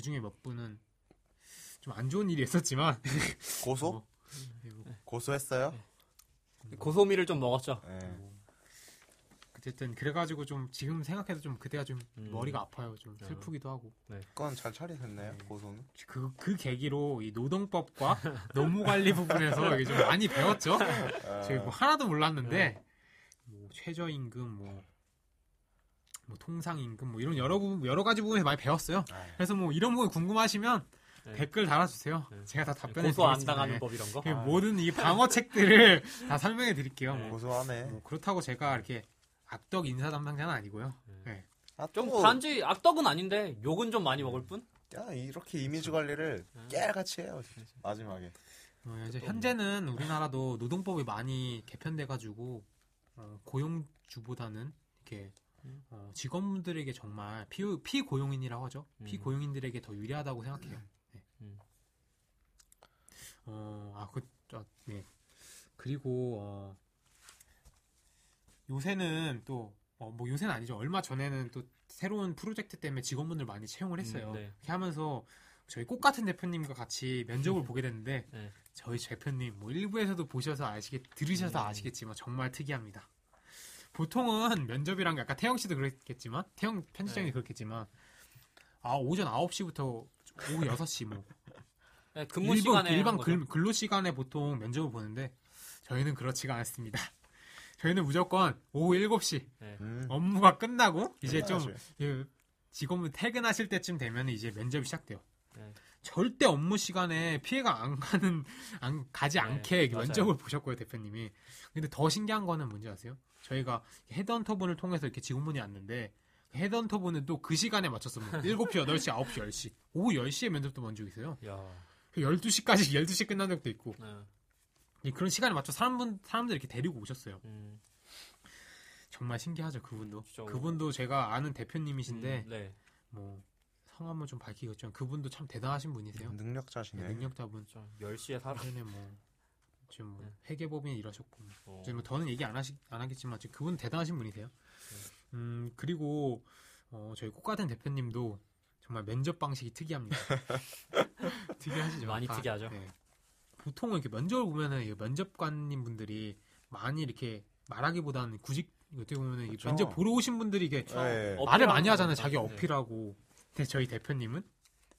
S5: 그 중에 몇 분은 좀 안 좋은 일이 있었지만 *laughs*
S4: 고소?
S5: 어, 그리고
S4: 고소했어요?
S3: 음. 고소미를 좀 먹었죠.
S5: 네.
S4: 예.
S5: 어쨌든 그래가지고 좀 지금 생각해도 좀 그때가 좀
S3: 음.
S5: 머리가 아파요. 좀
S3: 아.
S5: 슬프기도 하고
S4: 그건 잘 처리됐나요? 고소는?
S5: 그 그 계기로 이 노동법과 *laughs* 노무관리 부분에서 이게 좀 많이 배웠죠.
S3: 아,
S5: 저희 뭐 하나도
S3: 네.
S5: 몰랐는데 뭐 최저임금 뭐, 뭐 통상임금 뭐 이런 여러 부 여러 가지 부분에 많이 배웠어요.
S4: 아유.
S5: 그래서 뭐 이런 부분 궁금하시면
S3: 네.
S5: 댓글 달아주세요.
S3: 네.
S5: 제가 다 답변해
S3: 고소 안
S5: 드리겠습니다.
S3: 당하는
S5: 예.
S3: 법 아. 이런 거.
S5: 그 모든 이 방어책들을 *laughs* 다 설명해 드릴게요. 뭐.
S4: 고소하네.
S5: 뭐 그렇다고 제가 이렇게 악덕 인사 담당자는 아니고요. 네.
S4: 아,
S3: 좀
S4: 또,
S3: 단지 악덕은 아닌데 욕은 좀 많이 먹을 뿐.
S4: 야, 이렇게 이미지 관리를 깨알같이 해요. 진짜.
S3: 음.
S4: 마지막에.
S5: 어, 이제 현재는 우리나라도 노동법이 많이 개편돼가지고 어, 고용주보다는 이렇게 어, 직원분들에게 정말 피, 피고용인이라고 하죠.
S3: 음.
S5: 피고용인들에게 더 유리하다고 생각해요. 네.
S3: 음.
S5: 어, 아, 그, 아, 네. 그리고 어, 요새는 또 어, 뭐 요새는 아니죠. 얼마 전에는 또 새로운 프로젝트 때문에 직원분들 많이 채용을 했어요.
S3: 음, 네.
S5: 이렇게 하면서 저희 꽃 같은 대표님과 같이
S3: *laughs*
S5: 면접을 보게 됐는데
S3: 네.
S5: 저희 대표님 뭐 일부에서도 보셔서 아시겠 들으셔서
S3: 음.
S5: 아시겠지만 정말 특이합니다. 보통은 면접이란 게 아까 태영 씨도 그랬겠지만 태영 편집장이
S3: 네.
S5: 그렇겠지만 아 오전 9시부터 오후 6시 뭐
S3: 네, *laughs* 근무
S5: 일반-
S3: 시간에
S5: 일반
S3: 한 거죠.
S5: 글, 근로 시간에 보통 면접을 보는데 저희는 그렇지가 않았습니다. *laughs* 저희는 무조건 오후 7시
S4: 음.
S3: 어,
S5: 업무가 끝나고 이제 좀
S4: 맞아요.
S5: 예, 직원분 퇴근하실 때쯤 되면 이제 면접이 시작돼요.
S3: 네.
S5: 절대 업무 시간에 피해가 안 가는 안 가지
S3: 네,
S5: 않게
S3: 맞아요.
S5: 면접을 보셨고요 대표님이. 근데 더 신기한 거는 뭔지 아세요? 저희가 헤드헌터분을 통해서 이렇게 직원분이 왔는데 그 헤드헌터분은 또 그 시간에 맞춰서 뭐 7시, 8시, 9시, 10시 오후 10시에 면접도 먼저 있어요.
S3: 야.
S5: 그 12시까지 *laughs* 12시 끝난 적도 있고
S3: 네.
S5: 이 그런 시간에 맞춰 사람분 사람들 이렇게 데리고 오셨어요.
S3: 음,
S5: 정말 신기하죠 그분도.
S3: 진짜.
S5: 그분도 제가 아는 대표님이신데
S3: 음, 네.
S5: 뭐 성함은 좀 밝히겠지만 그분도 참 대단하신 분이세요.
S4: 능력자시네.
S5: 능력자분.
S3: 좀 10시에 사람.
S5: 예전에 뭐 지금 뭐
S3: 네.
S5: 회계법인 일하셨고 뭐.
S3: 어.
S5: 지금 뭐 더는 얘기 안 하시 안 하겠지만 지금 그분 대단하신 분이세요.
S4: 네.
S5: 음 그리고 어, 저희 꽃가든 대표님도 정말 면접 방식이
S4: *laughs*
S5: 특이합니다. 특이하시죠?
S3: 많이
S5: 아,
S3: 특이하죠.
S5: 네. 보통은 이렇게 면접을 보면은 이 면접관님 분들이 많이 이렇게 말하기보다는 구직 어떻게 보면은 이
S4: 그렇죠.
S5: 면접 보러 오신 분들이 이게
S4: 예.
S3: 어,
S5: 말을
S3: 어필하는
S5: 많이 하잖아요.
S3: 거니까.
S5: 자기
S3: 네.
S5: 어필하고. 근데 저희 대표님은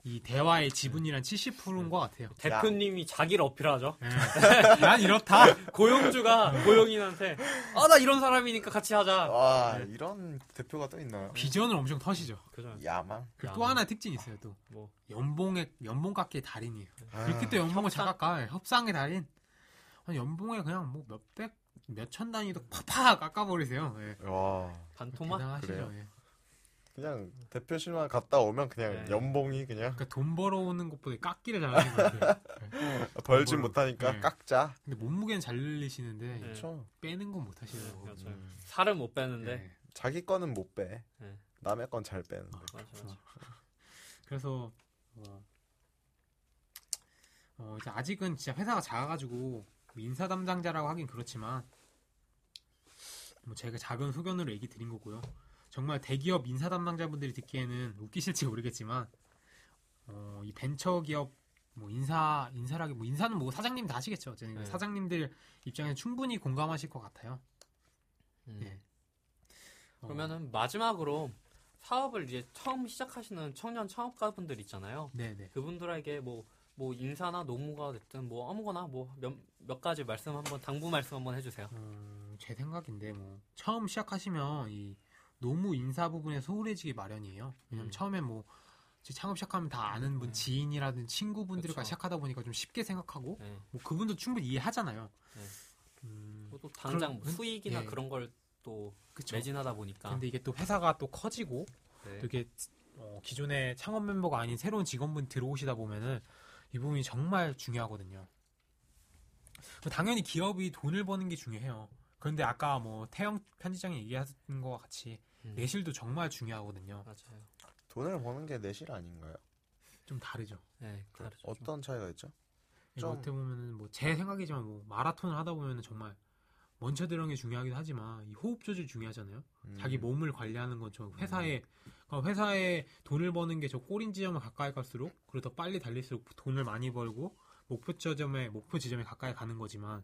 S5: 이 대화의
S3: 네.
S5: 지분이란 70%인 것 같아요.
S3: 대표님이 자기를 어필하죠.
S5: 예. 난 이렇다.
S3: 고용주가 고용인한테 아 나 이런 사람이니까 같이
S5: 어.
S3: 하자.
S4: 와,
S3: 네.
S4: 이런 대표가 또 있나요?
S5: 비전을 엄청 터시죠.
S3: 그죠.
S4: 야망.
S5: 그리고
S3: 야.
S5: 또 하나 특징이 있어요. 또
S3: 뭐.
S5: 연봉의 연봉 깎기의 달인이에요.
S4: 아,
S5: 그렇게 또 연봉을
S3: 협상?
S5: 작깎아 협상의 달인. 아니, 연봉에 그냥 뭐 몇백 몇천 단위도 팍팍 깎아버리세요. 예.
S4: 와.
S3: 반토막.
S5: 대단하시죠.
S4: 그래요.
S5: 예.
S4: 그냥 대표실만 갔다 오면 그냥
S3: 네.
S4: 연봉이 그냥
S5: 그러니까 돈 벌어오는 것보다 깎기를 잘하는 것 같아요.
S3: 그
S4: *laughs* 벌지
S5: 연봉을-
S4: 못하니까
S5: 네.
S4: 깎자.
S5: 근데 몸무게는 잘 늘리시는데
S3: 네.
S4: 그렇죠.
S5: 빼는 건
S3: 네,
S5: 못하시더라고요.
S3: 그렇죠. 살은 못 빼는데.
S5: 예.
S4: 음. 자기 거는 못 빼.
S3: 네.
S4: 남의 건 잘 빼는데.
S5: 그렇죠.
S3: 맞아, 맞아.
S5: 그래서 뭐, 어, 이제 아직은 진짜 회사가 작아가지고 뭐 인사 담당자라고 하긴 그렇지만 뭐 제가 작은 소견으로 얘기 드린 거고요. 정말 대기업 인사 담당자분들이 듣기에는 웃기실지 모르겠지만 어, 이 벤처 기업 뭐 인사 인사라기 뭐 인사는 뭐 사장님 다 아시겠죠. 어쨌든
S3: 네.
S5: 사장님들 입장에 충분히 공감하실 것 같아요.
S3: 음.
S5: 예. 어,
S3: 그러면은 마지막으로 사업을 이제 처음 시작하시는 청년 창업가분들 있잖아요.
S5: 네네
S3: 그분들에게 뭐, 뭐 인사나 노무가 됐든 뭐 아무거나 뭐 몇 몇 가지 말씀 한번 당부 말씀 한번 해주세요.
S5: 어, 제 생각인데 뭐 처음 시작하시면 이 노무 인사 부분에 소홀해지기 마련이에요. 왜냐면
S3: 음.
S5: 처음에 뭐 이제 창업 시작하면 다 아는 분
S3: 네.
S5: 지인이라든지 친구분들과
S3: 그쵸.
S5: 시작하다 보니까 좀 쉽게 생각하고
S3: 네.
S5: 뭐 그분도 충분히 이해하잖아요.
S3: 네.
S5: 음,
S3: 뭐또 당장 뭐
S5: 그럼-
S3: 수익이나
S5: 예.
S3: 그런 걸 또
S5: 그쵸.
S3: 매진하다 보니까.
S5: 근데 이게 또 회사가 또 커지고
S3: 네.
S5: 또 이게 어, 기존의 창업 멤버가 아닌 새로운 직원분 들어오시다 보면은 이 부분이 정말 중요하거든요. 당연히 기업이 돈을 버는 게 중요해요. 그런데 아까 뭐 태영 편집장이 얘기하신 거와 같이
S3: 음.
S5: 내실도 정말 중요하거든요.
S3: 맞아요.
S4: 돈을 버는 게 내실 아닌가요?
S5: 좀 다르죠.
S3: 네, 그다르죠.
S4: 어떤 차이가 있죠?
S5: 좀...
S4: 좀-
S5: 어떻게 보면은 뭐 제 생각이지만 뭐 마라톤을 하다 보면은 정말 원체 대응이 중요하긴 하지만 이 호흡 조절 중요하잖아요.
S4: 음.
S5: 자기
S3: 뭐-
S5: 몸을 관리하는 건 저 회사에 그러니까 회사에 돈을 버는 게 저 꼴인 지점에 가까이 갈수록 그리고 더 빨리 달릴수록 돈을 많이 벌고 목표 지점에 목표 지점에 가까이 가는 거지만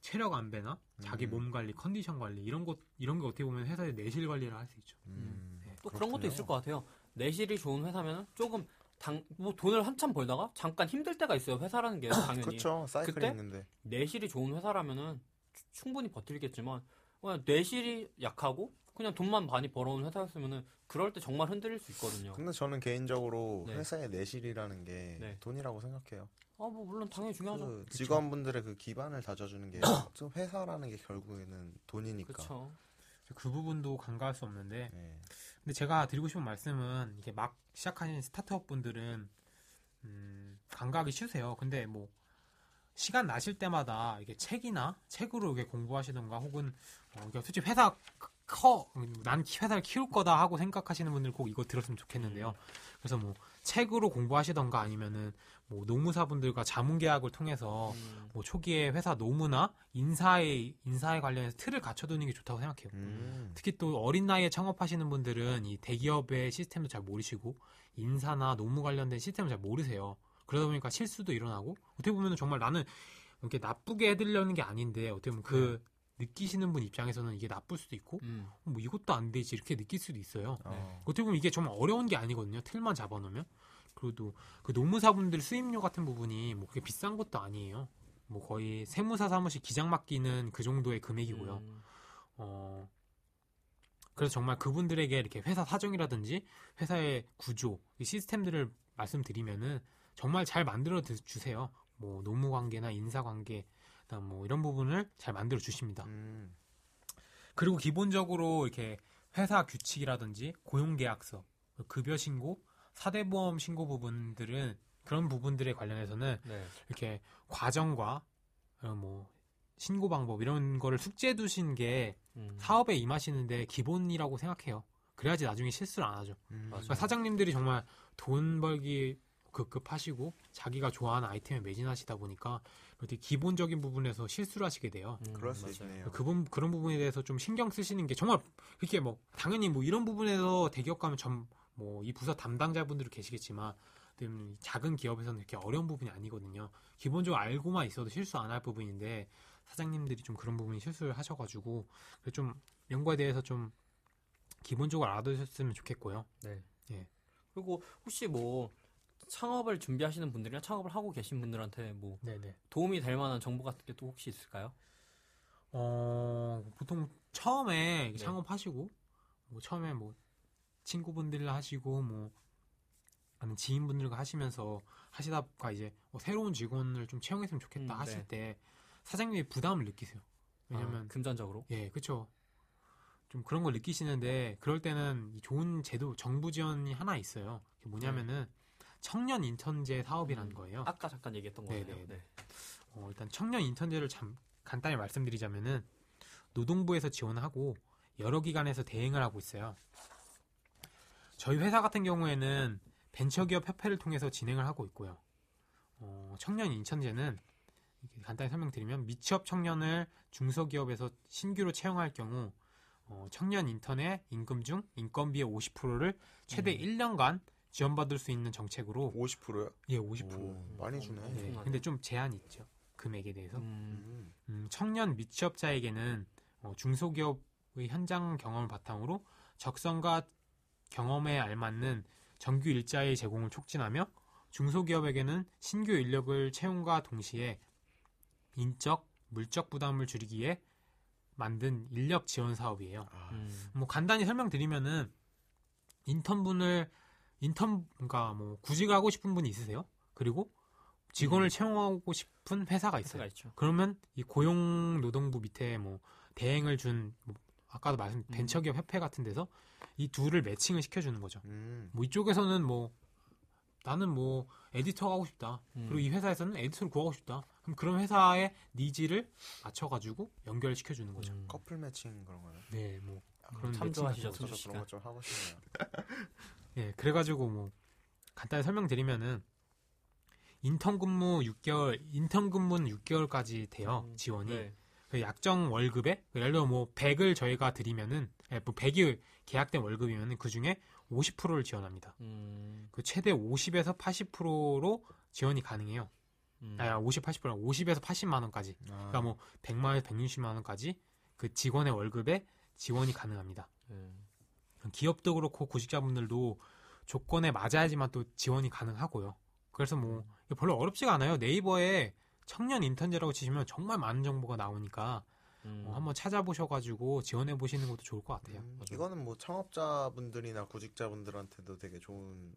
S5: 체력 안배나 자기
S4: 음.
S5: 몸 관리, 컨디션 관리 이런 것 이런 게 어떻게 보면 회사의 내실 관리를 할 수 있죠.
S4: 음.
S3: 또 그런 것도
S4: 그렇군요.
S3: 있을 것 같아요. 내실이 좋은 회사면 조금 당, 뭐 돈을 한참 벌다가 잠깐 힘들 때가 있어요. 회사라는
S4: *coughs*
S3: 게 당연히.
S4: 그렇죠. 사이클이
S3: 그때?
S4: 있는데.
S3: 내실이 좋은 회사라면은 추- 충분히 버틸겠지만 그냥 내실이 약하고 그냥 돈만 많이 벌어온 회사였으면은 그럴 때 정말 흔들릴 수 있거든요.
S4: 근데 저는 개인적으로
S3: 네.
S4: 회사의 내실이라는 게
S3: 네.
S4: 돈이라고 생각해요.
S3: 아 뭐 물론 당연히 중요하죠.
S4: 그 직원분들의 그 기반을 다져주는 게 좀 회사라는 게 결국에는 돈이니까.
S3: 그렇죠.
S5: 그 부분도 간과할 수 없는데
S4: 네.
S5: 근데 제가 드리고 싶은 말씀은 이게 막 시작하신 스타트업 분들은 음, 감각이 쉬우세요. 근데 뭐 시간 나실 때마다 이게 책이나 책으로 이게 공부하시던가 혹은 어, 그러니까 솔직히 회사 커, 음, 난 키- 회사를 키울 거다 하고 생각하시는 분들 꼭 이거 들었으면 좋겠는데요. 그래서 뭐 책으로 공부하시던가 아니면은 뭐 노무사분들과 자문계약을
S4: 어.
S5: 통해서
S3: 음,
S5: 뭐 초기에 회사 노무나 인사에 인사에 관련해서 틀을 갖춰두는 게 좋다고 생각해요.
S4: 음.
S5: 특히 또 어린 나이에 창업하시는 분들은 이 대기업의 시스템도 잘 모르시고 인사나 노무 관련된 시스템을 잘 모르세요. 그러다 보니까 실수도 일어나고 어떻게 보면 정말 나는 이렇게 나쁘게 해드리려는 게 아닌데 어떻게 보면 그 느끼시는 분 입장에서는 이게 나쁠 수도 있고
S3: 음.
S5: 뭐 이것도 안 되지 이렇게 느낄 수도 있어요.
S4: 어.
S5: 어떻게 보면 이게 정말 어려운 게 아니거든요. 틀만 잡아놓으면. 그리고 또그 노무사분들 수임료 같은 부분이 뭐 그렇게 비싼 것도 아니에요. 뭐 거의 세무사 사무실 기장 맡기는 그 정도의 금액이고요.
S3: 음,
S5: 어, 그래서 정말 그분들에게 이렇게 회사 사정이라든지 회사의 구조, 이 시스템들을 말씀드리면은 정말 잘 만들어 드- 주세요. 뭐 노무 관계나 인사 관계, 그다음 뭐 이런 부분을 잘 만들어 주십니다.
S4: 음.
S5: 그리고 기본적으로 이렇게 회사 규칙이라든지 고용 계약서, 급여 신고, 사대보험 신고 부분들은 그런 부분들에 관련해서는
S3: 네.
S5: 이렇게 과정과 어, 뭐 신고 방법 이런 거를 숙지해 두신 게
S3: 음.
S5: 사업에 임하시는데 기본이라고 생각해요. 그래야지 나중에 실수를 안 하죠.
S4: 음.
S5: 그러니까 사장님들이 정말 돈 벌기 급급하시고 자기가 좋아하는 아이템에 매진하시다 보니까 이렇게 기본적인 부분에서 실수를 하시게 돼요.
S3: 음,
S4: 그럴 수
S3: 맞아요.
S4: 있네요.
S5: 그분 그런 부분에 대해서 좀 신경 쓰시는 게 정말 그렇게 뭐 당연히 뭐 이런 부분에서 대기업 가면 전 뭐 이 부서 담당자분들이 계시겠지만 음, 작은 기업에서는 이렇게 어려운 부분이 아니거든요. 기본적으로 알고만 있어도 실수 안 할 부분인데 사장님들이 좀 그런 부분이 실수를 하셔가지고 그래서 좀 이런 거에 대해서 좀 기본적으로 알아두셨으면 좋겠고요.
S3: 네.
S5: 예.
S3: 그리고 혹시 뭐 창업을 준비하시는 분들이나 창업을 하고 계신 분들한테 뭐
S5: 네네.
S3: 도움이 될 만한 정보 같은 게 또 혹시 있을까요?
S5: 어, 보통 처음에
S3: 네.
S5: 창업하시고, 뭐 처음에 뭐 친구분들 하시고, 뭐, 아니면 지인분들과 하시면서 하시다가 이제 뭐 새로운 직원을 좀 채용했으면 좋겠다
S3: 음,
S5: 하실
S3: 네.
S5: 때 사장님이 부담을 느끼세요.
S3: 아,
S5: 왜냐면,
S3: 금전적으로.
S5: 예, 그쵸. 좀 그런 걸 느끼시는데, 그럴 때는 이 좋은 제도, 정부 지원이 하나 있어요. 그게 뭐냐면은 청년 인턴제 사업이라는
S3: 네. 음.
S5: 거예요.
S3: 아까 잠깐 얘기했던
S5: 어. 네,
S3: 거네요. 네.
S5: 어, 일단 청년 인턴제를 잠- 간단히 말씀드리자면은 노동부에서 지원하고 여러 기관에서 대행을 하고 있어요. 저희 회사 같은 경우에는 벤처기업 협회를 통해서 진행을 하고 있고요. 어, 청년 인턴제는 이렇게 간단히 설명드리면 미취업 청년을 중소기업에서 신규로 채용할 경우 어, 청년 인턴의 임금 중 인건비의 50%를 최대
S3: 음.
S5: 1년간 지원받을 수 있는 정책으로
S4: 50%요?
S5: 예 50%.
S4: 많이
S3: 어,
S4: 주네.
S3: 네.
S5: 예, 근데 좀 제한이 있죠. 금액에 대해서.
S3: 음,
S4: 음.
S5: 어? 음, 청년 미취업자에게는 어, 중소기업의 현장 경험을 바탕으로 적성과 경험에 알맞는 정규 일자리 제공을 촉진하며 중소기업에게는 신규 인력을 채용과 동시에 인적, 물적 부담을 줄이기 위해 만든 인력 지원 사업이에요.
S4: 아,
S3: 음.
S5: 뭐 간단히 설명드리면은 인턴분을 인턴 그러니까 뭐 구직하고 싶은 분이 있으세요? 그리고 직원을
S3: 음.
S5: 채용하고 싶은 회사가 있어요.
S3: 가 있죠.
S5: 그러면 이 고용노동부 밑에 뭐 대행을 준뭐 아까도
S3: 음.
S5: 말씀 벤처기업 협회 같은 데서 이 둘을 매칭을 시켜주는 거죠.
S4: 음.
S5: 뭐 이쪽에서는 뭐 나는 뭐 에디터 하고 싶다.
S3: 음.
S5: 그리고 이 회사에서는 에디터를 구하고 싶다. 그럼 그런 회사의 니즈를 맞춰가지고 연결시켜 주는 거죠.
S3: 음.
S4: 커플 매칭 그런 거요?
S5: 네, 뭐 그런
S3: 참
S5: 매칭 같은
S3: 좋아하시죠,
S5: 거.
S4: 저도
S3: 순식간.
S4: 그런 거 좀 하고 싶네요.
S5: 예, 그래가지고 뭐 간단히 설명드리면은 인턴 근무 6개월, 인턴 근무는 6개월까지 돼요
S3: 음,
S5: 지원이.
S3: 네.
S5: 그 약정 월급에 예를 들어 뭐 100을 저희가 드리면은 예, 뭐 100이 계약된 월급이면은 그 중에 50%를 지원합니다.
S3: 음,
S5: 그 최대 50에서 80%로 지원이 가능해요.
S3: 음.
S5: 아, 50, 80%라 50에서 80만 원까지.
S4: 아. 어.
S5: 그러니까
S4: 음.
S5: 뭐 100만 원에서 160만 원까지 그 직원의 월급에 지원이 가능합니다.
S3: 음.
S5: 기업도 그렇고 구직자분들도 조건에 맞아야지만 또 지원이 가능하고요. 그래서 뭐 이거 별로 어렵지가 않아요. 네이버에 청년 인턴제라고 치시면 정말 많은 정보가 나오니까
S3: 음.
S5: 뭐 한번 찾아보셔가지고 지원해 보시는 것도 좋을 것 같아요.
S4: 음,
S3: 맞아요.
S4: 이거는 뭐 창업자분들이나 구직자분들한테도 되게 좋은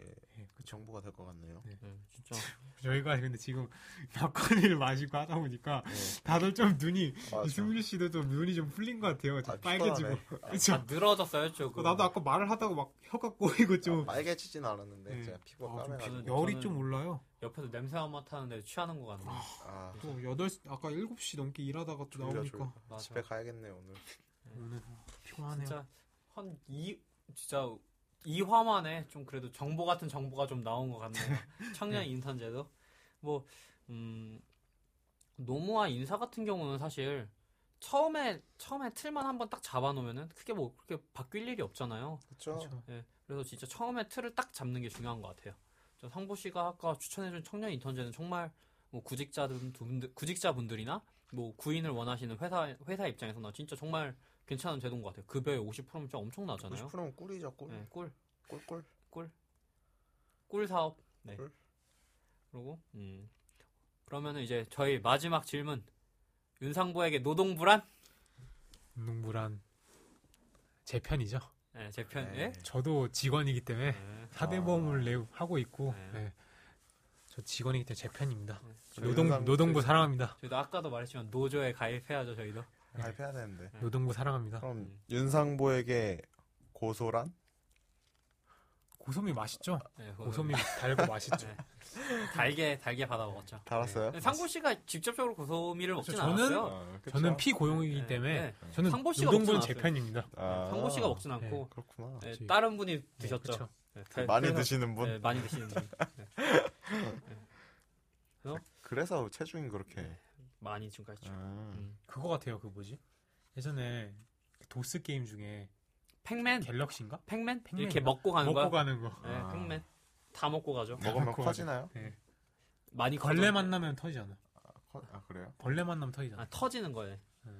S4: 예,
S5: 예,
S4: 정보가 될 것 같네요.
S3: 네,
S5: *laughs*
S3: 진짜
S5: 저희가 근데 지금 *laughs* 막걸리를 마시고 하다 보니까
S4: 네.
S5: 다들 좀 눈이 *laughs*
S4: 아, 저-
S5: 이 승규 씨도 좀 눈이 좀 풀린 것 같아요. 좀
S4: 아,
S5: 빨개지고.
S4: 피곤하네. 아,
S5: 그쵸?
S3: 아, 늘어졌어요 조금.
S5: 나도 아까 말을 하다가 막 혀가 꼬이고
S4: 아,
S5: 좀
S4: 빨개지진 않았는데
S5: 네.
S4: 제가 피부가
S5: 아, 좀
S4: 까매가지고
S3: 피곤해.
S5: 열이
S3: 저는-
S5: 좀 올라요.
S3: 옆에서 냄새 한번 타는데 취하는 것 같네.
S4: 아,
S5: 또 8시 아까 7시 넘게 일하다가 또
S4: 졸려,
S5: 나오니까
S4: 졸려.
S3: 맞아.
S4: 집에 가야겠네요 오늘.
S5: 오늘 피곤하네요.
S3: 진짜 한 이 진짜 이 화만에 좀 그래도 정보 같은 정보가 좀 나온 것 같네요.
S5: *laughs*
S3: 청년 인턴제도 뭐 음, 노무와 인사 같은 경우는 사실 처음에 처음에 틀만 한번 딱 잡아놓으면은 크게 뭐 그렇게 바뀔 일이 없잖아요.
S4: 그렇죠.
S3: 예, 그래서 진짜 처음에 틀을 딱 잡는 게 중요한 것 같아요. 저 상보 씨가 아까 추천해준 청년 인턴제는 정말 뭐 구직자들 분들- 구직자분들이나 뭐 구인을 원하시는 회사 회사 입장에서는 진짜 정말 괜찮은 제도인 것 같아요. 급여의 50%면 진짜 엄청나잖아요.
S4: 50%면 꿀이죠 꿀.
S3: 예, 꿀,
S4: 꿀꿀.
S3: 꿀 사업. 네.
S4: 꿀.
S3: 그리고 음. 그러면은 이제 저희 마지막 질문. 윤상보에게 노동 불안?
S5: 눈물한 제 편이죠.
S3: 예, 제 편.
S4: 네. 아.
S3: 예?
S5: 저도 직원이기 때문에
S3: 예.
S5: 사대보험을 내고 하고 있고
S3: 네.
S5: 예. 저 직원이기 때문에 제 편입니다.
S3: 저희-
S5: 노동
S4: 저희-
S5: 노동부
S4: 저희-
S5: 사랑합니다.
S3: 저희도 아까도 말했지만 노조에 가입해야죠, 저희도.
S4: 가입해야 되는데.
S3: 네.
S5: 노동부 사랑합니다.
S4: 그럼
S3: 음.
S4: 윤상보에게 고소란?
S5: 고소미 맛있죠?
S3: 예, 그거는-
S5: 고소미
S3: *laughs*
S5: 달고 맛있죠.
S3: 네. 달게 달게 받아 먹었죠.
S4: 달았어요?
S3: 네, 상보 씨가 직접적으로 고소미를 먹진
S5: 그렇죠. 저는-
S3: 않았어요.
S4: 아, 그쵸?
S5: 저는 피고용이기
S3: 네,
S5: 때문에
S3: 네.
S5: 저는
S3: 상보 씨가
S5: 노동부는
S3: 먹진
S5: 제
S3: 않았어요.
S5: 편입니다. 네,
S4: 아,
S3: 상보 씨가 먹진 않고
S4: 그렇구나.
S3: 예,
S5: 그렇지.
S3: 다른 분이
S5: 네,
S3: 드셨죠.
S5: 그쵸.
S3: 네, 다-
S4: 많이
S3: 그래서-
S4: 드시는 분.
S3: 네, 많이 드시는 분. 네.
S4: 그래서 체중이 그렇게.
S3: 많이 지금까지 죠
S4: 아.
S3: 네. 음.
S5: 그거 같아요. 그 뭐지? 예전에 그 도스 게임 중에
S3: 팩맨,
S5: 갤럭시인가?
S3: 팩맨,
S5: 팩맨.
S3: 이렇게 먹고 가는
S5: 먹고
S3: 거야.
S5: 가는 아. 거.
S3: 아, 네, 팩맨 다 먹고 가죠.
S4: 먹으면
S5: 그거
S4: 커지나요?
S5: 네.
S3: 많이
S5: 벌레
S3: 커져.
S5: 만나면 터지잖아.
S4: 커- 아 그래요?
S5: 벌레 만나면 터지잖아.
S3: 아, 터지는 거예요.
S5: 네.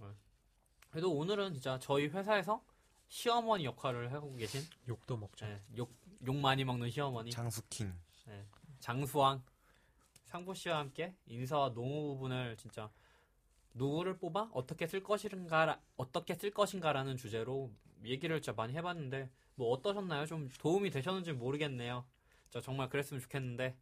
S3: 어. 그래도 오늘은 진짜 저희 회사에서 시어머니 역할을 하고 계신
S5: 욕도 먹죠.
S3: 네, 욕, 욕 많이 먹는 시어머니
S4: 장수킹.
S3: 장수왕 상보 씨와 함께 인사와 노무 부분을 진짜 노후를 뽑아 어떻게 쓸 것인가 어떻게 쓸 것인가라는 주제로 얘기를 진짜 많이 해봤는데 뭐 어떠셨나요? 좀 도움이 되셨는지 모르겠네요. 진짜 정말 그랬으면 좋겠는데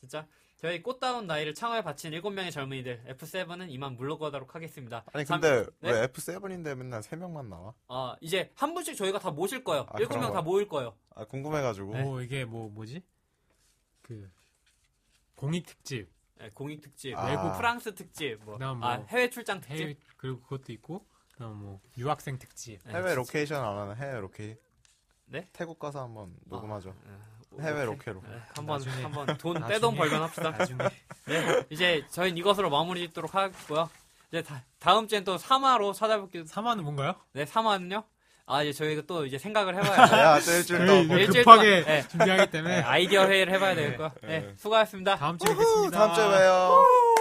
S3: 진짜 저희 꽃다운 나이를 창화에 바친 7명의 젊은이들 F7은 이만 물러가도록 하겠습니다.
S4: 아니
S3: 삼-
S4: 근데
S3: 네?
S4: 왜 F7인데 맨날 3명만 나와?
S3: 아, 이제 한 분씩 저희가 다 모실 거예요.
S4: 아,
S3: 일곱
S4: 그런
S3: 명 다
S4: 거예요?
S3: 모일 거예요.
S4: 아 궁금해가지고.
S3: 네.
S5: 오 이게 뭐 뭐지? 그 공익 특집
S3: 네, 공익 특집,
S4: 아.
S3: 외국 프랑스 특집, 뭐,
S5: 그다음 뭐
S3: 아, 해외 출장 특집.
S5: 해외 그리고 그것도 있고 그다음 뭐 유학생 특집
S3: 네,
S4: 해외 로케이션 안 하는 해외 로케이.
S3: 네?
S4: 태국 가서 한번 녹음하죠.
S3: 어,
S4: 해외
S3: 오케이.
S4: 로케로.
S3: 네, 한번
S5: 나중에.
S3: 한번 돈
S5: 나중에.
S3: 떼돈 벌면 합시다.
S5: 나중에
S3: 네, 이제 저희는 이것으로 마무리 짓도록 하겠고요. 이제 다, 다음 주엔 또 3화로 찾아볼게요.
S5: 3화는 뭔가요?
S3: 네, 3화는요? 아, 이제 저희가 또 이제 생각을 해봐야
S5: 아.
S4: *laughs*
S3: 돼요.
S4: 야, 또 일주일
S5: 저희
S4: 더.
S5: 네, 이제
S3: 일주일
S5: 급하게
S3: 동안, 네.
S5: 준비하기
S3: 네,
S5: 때문에
S4: 네.
S3: 아이디어 회의를 해보야 되겠고요. 네, 수고하셨습니다.
S5: 다음 주에 뵙겠습니다.
S4: 다음 주에 봬요.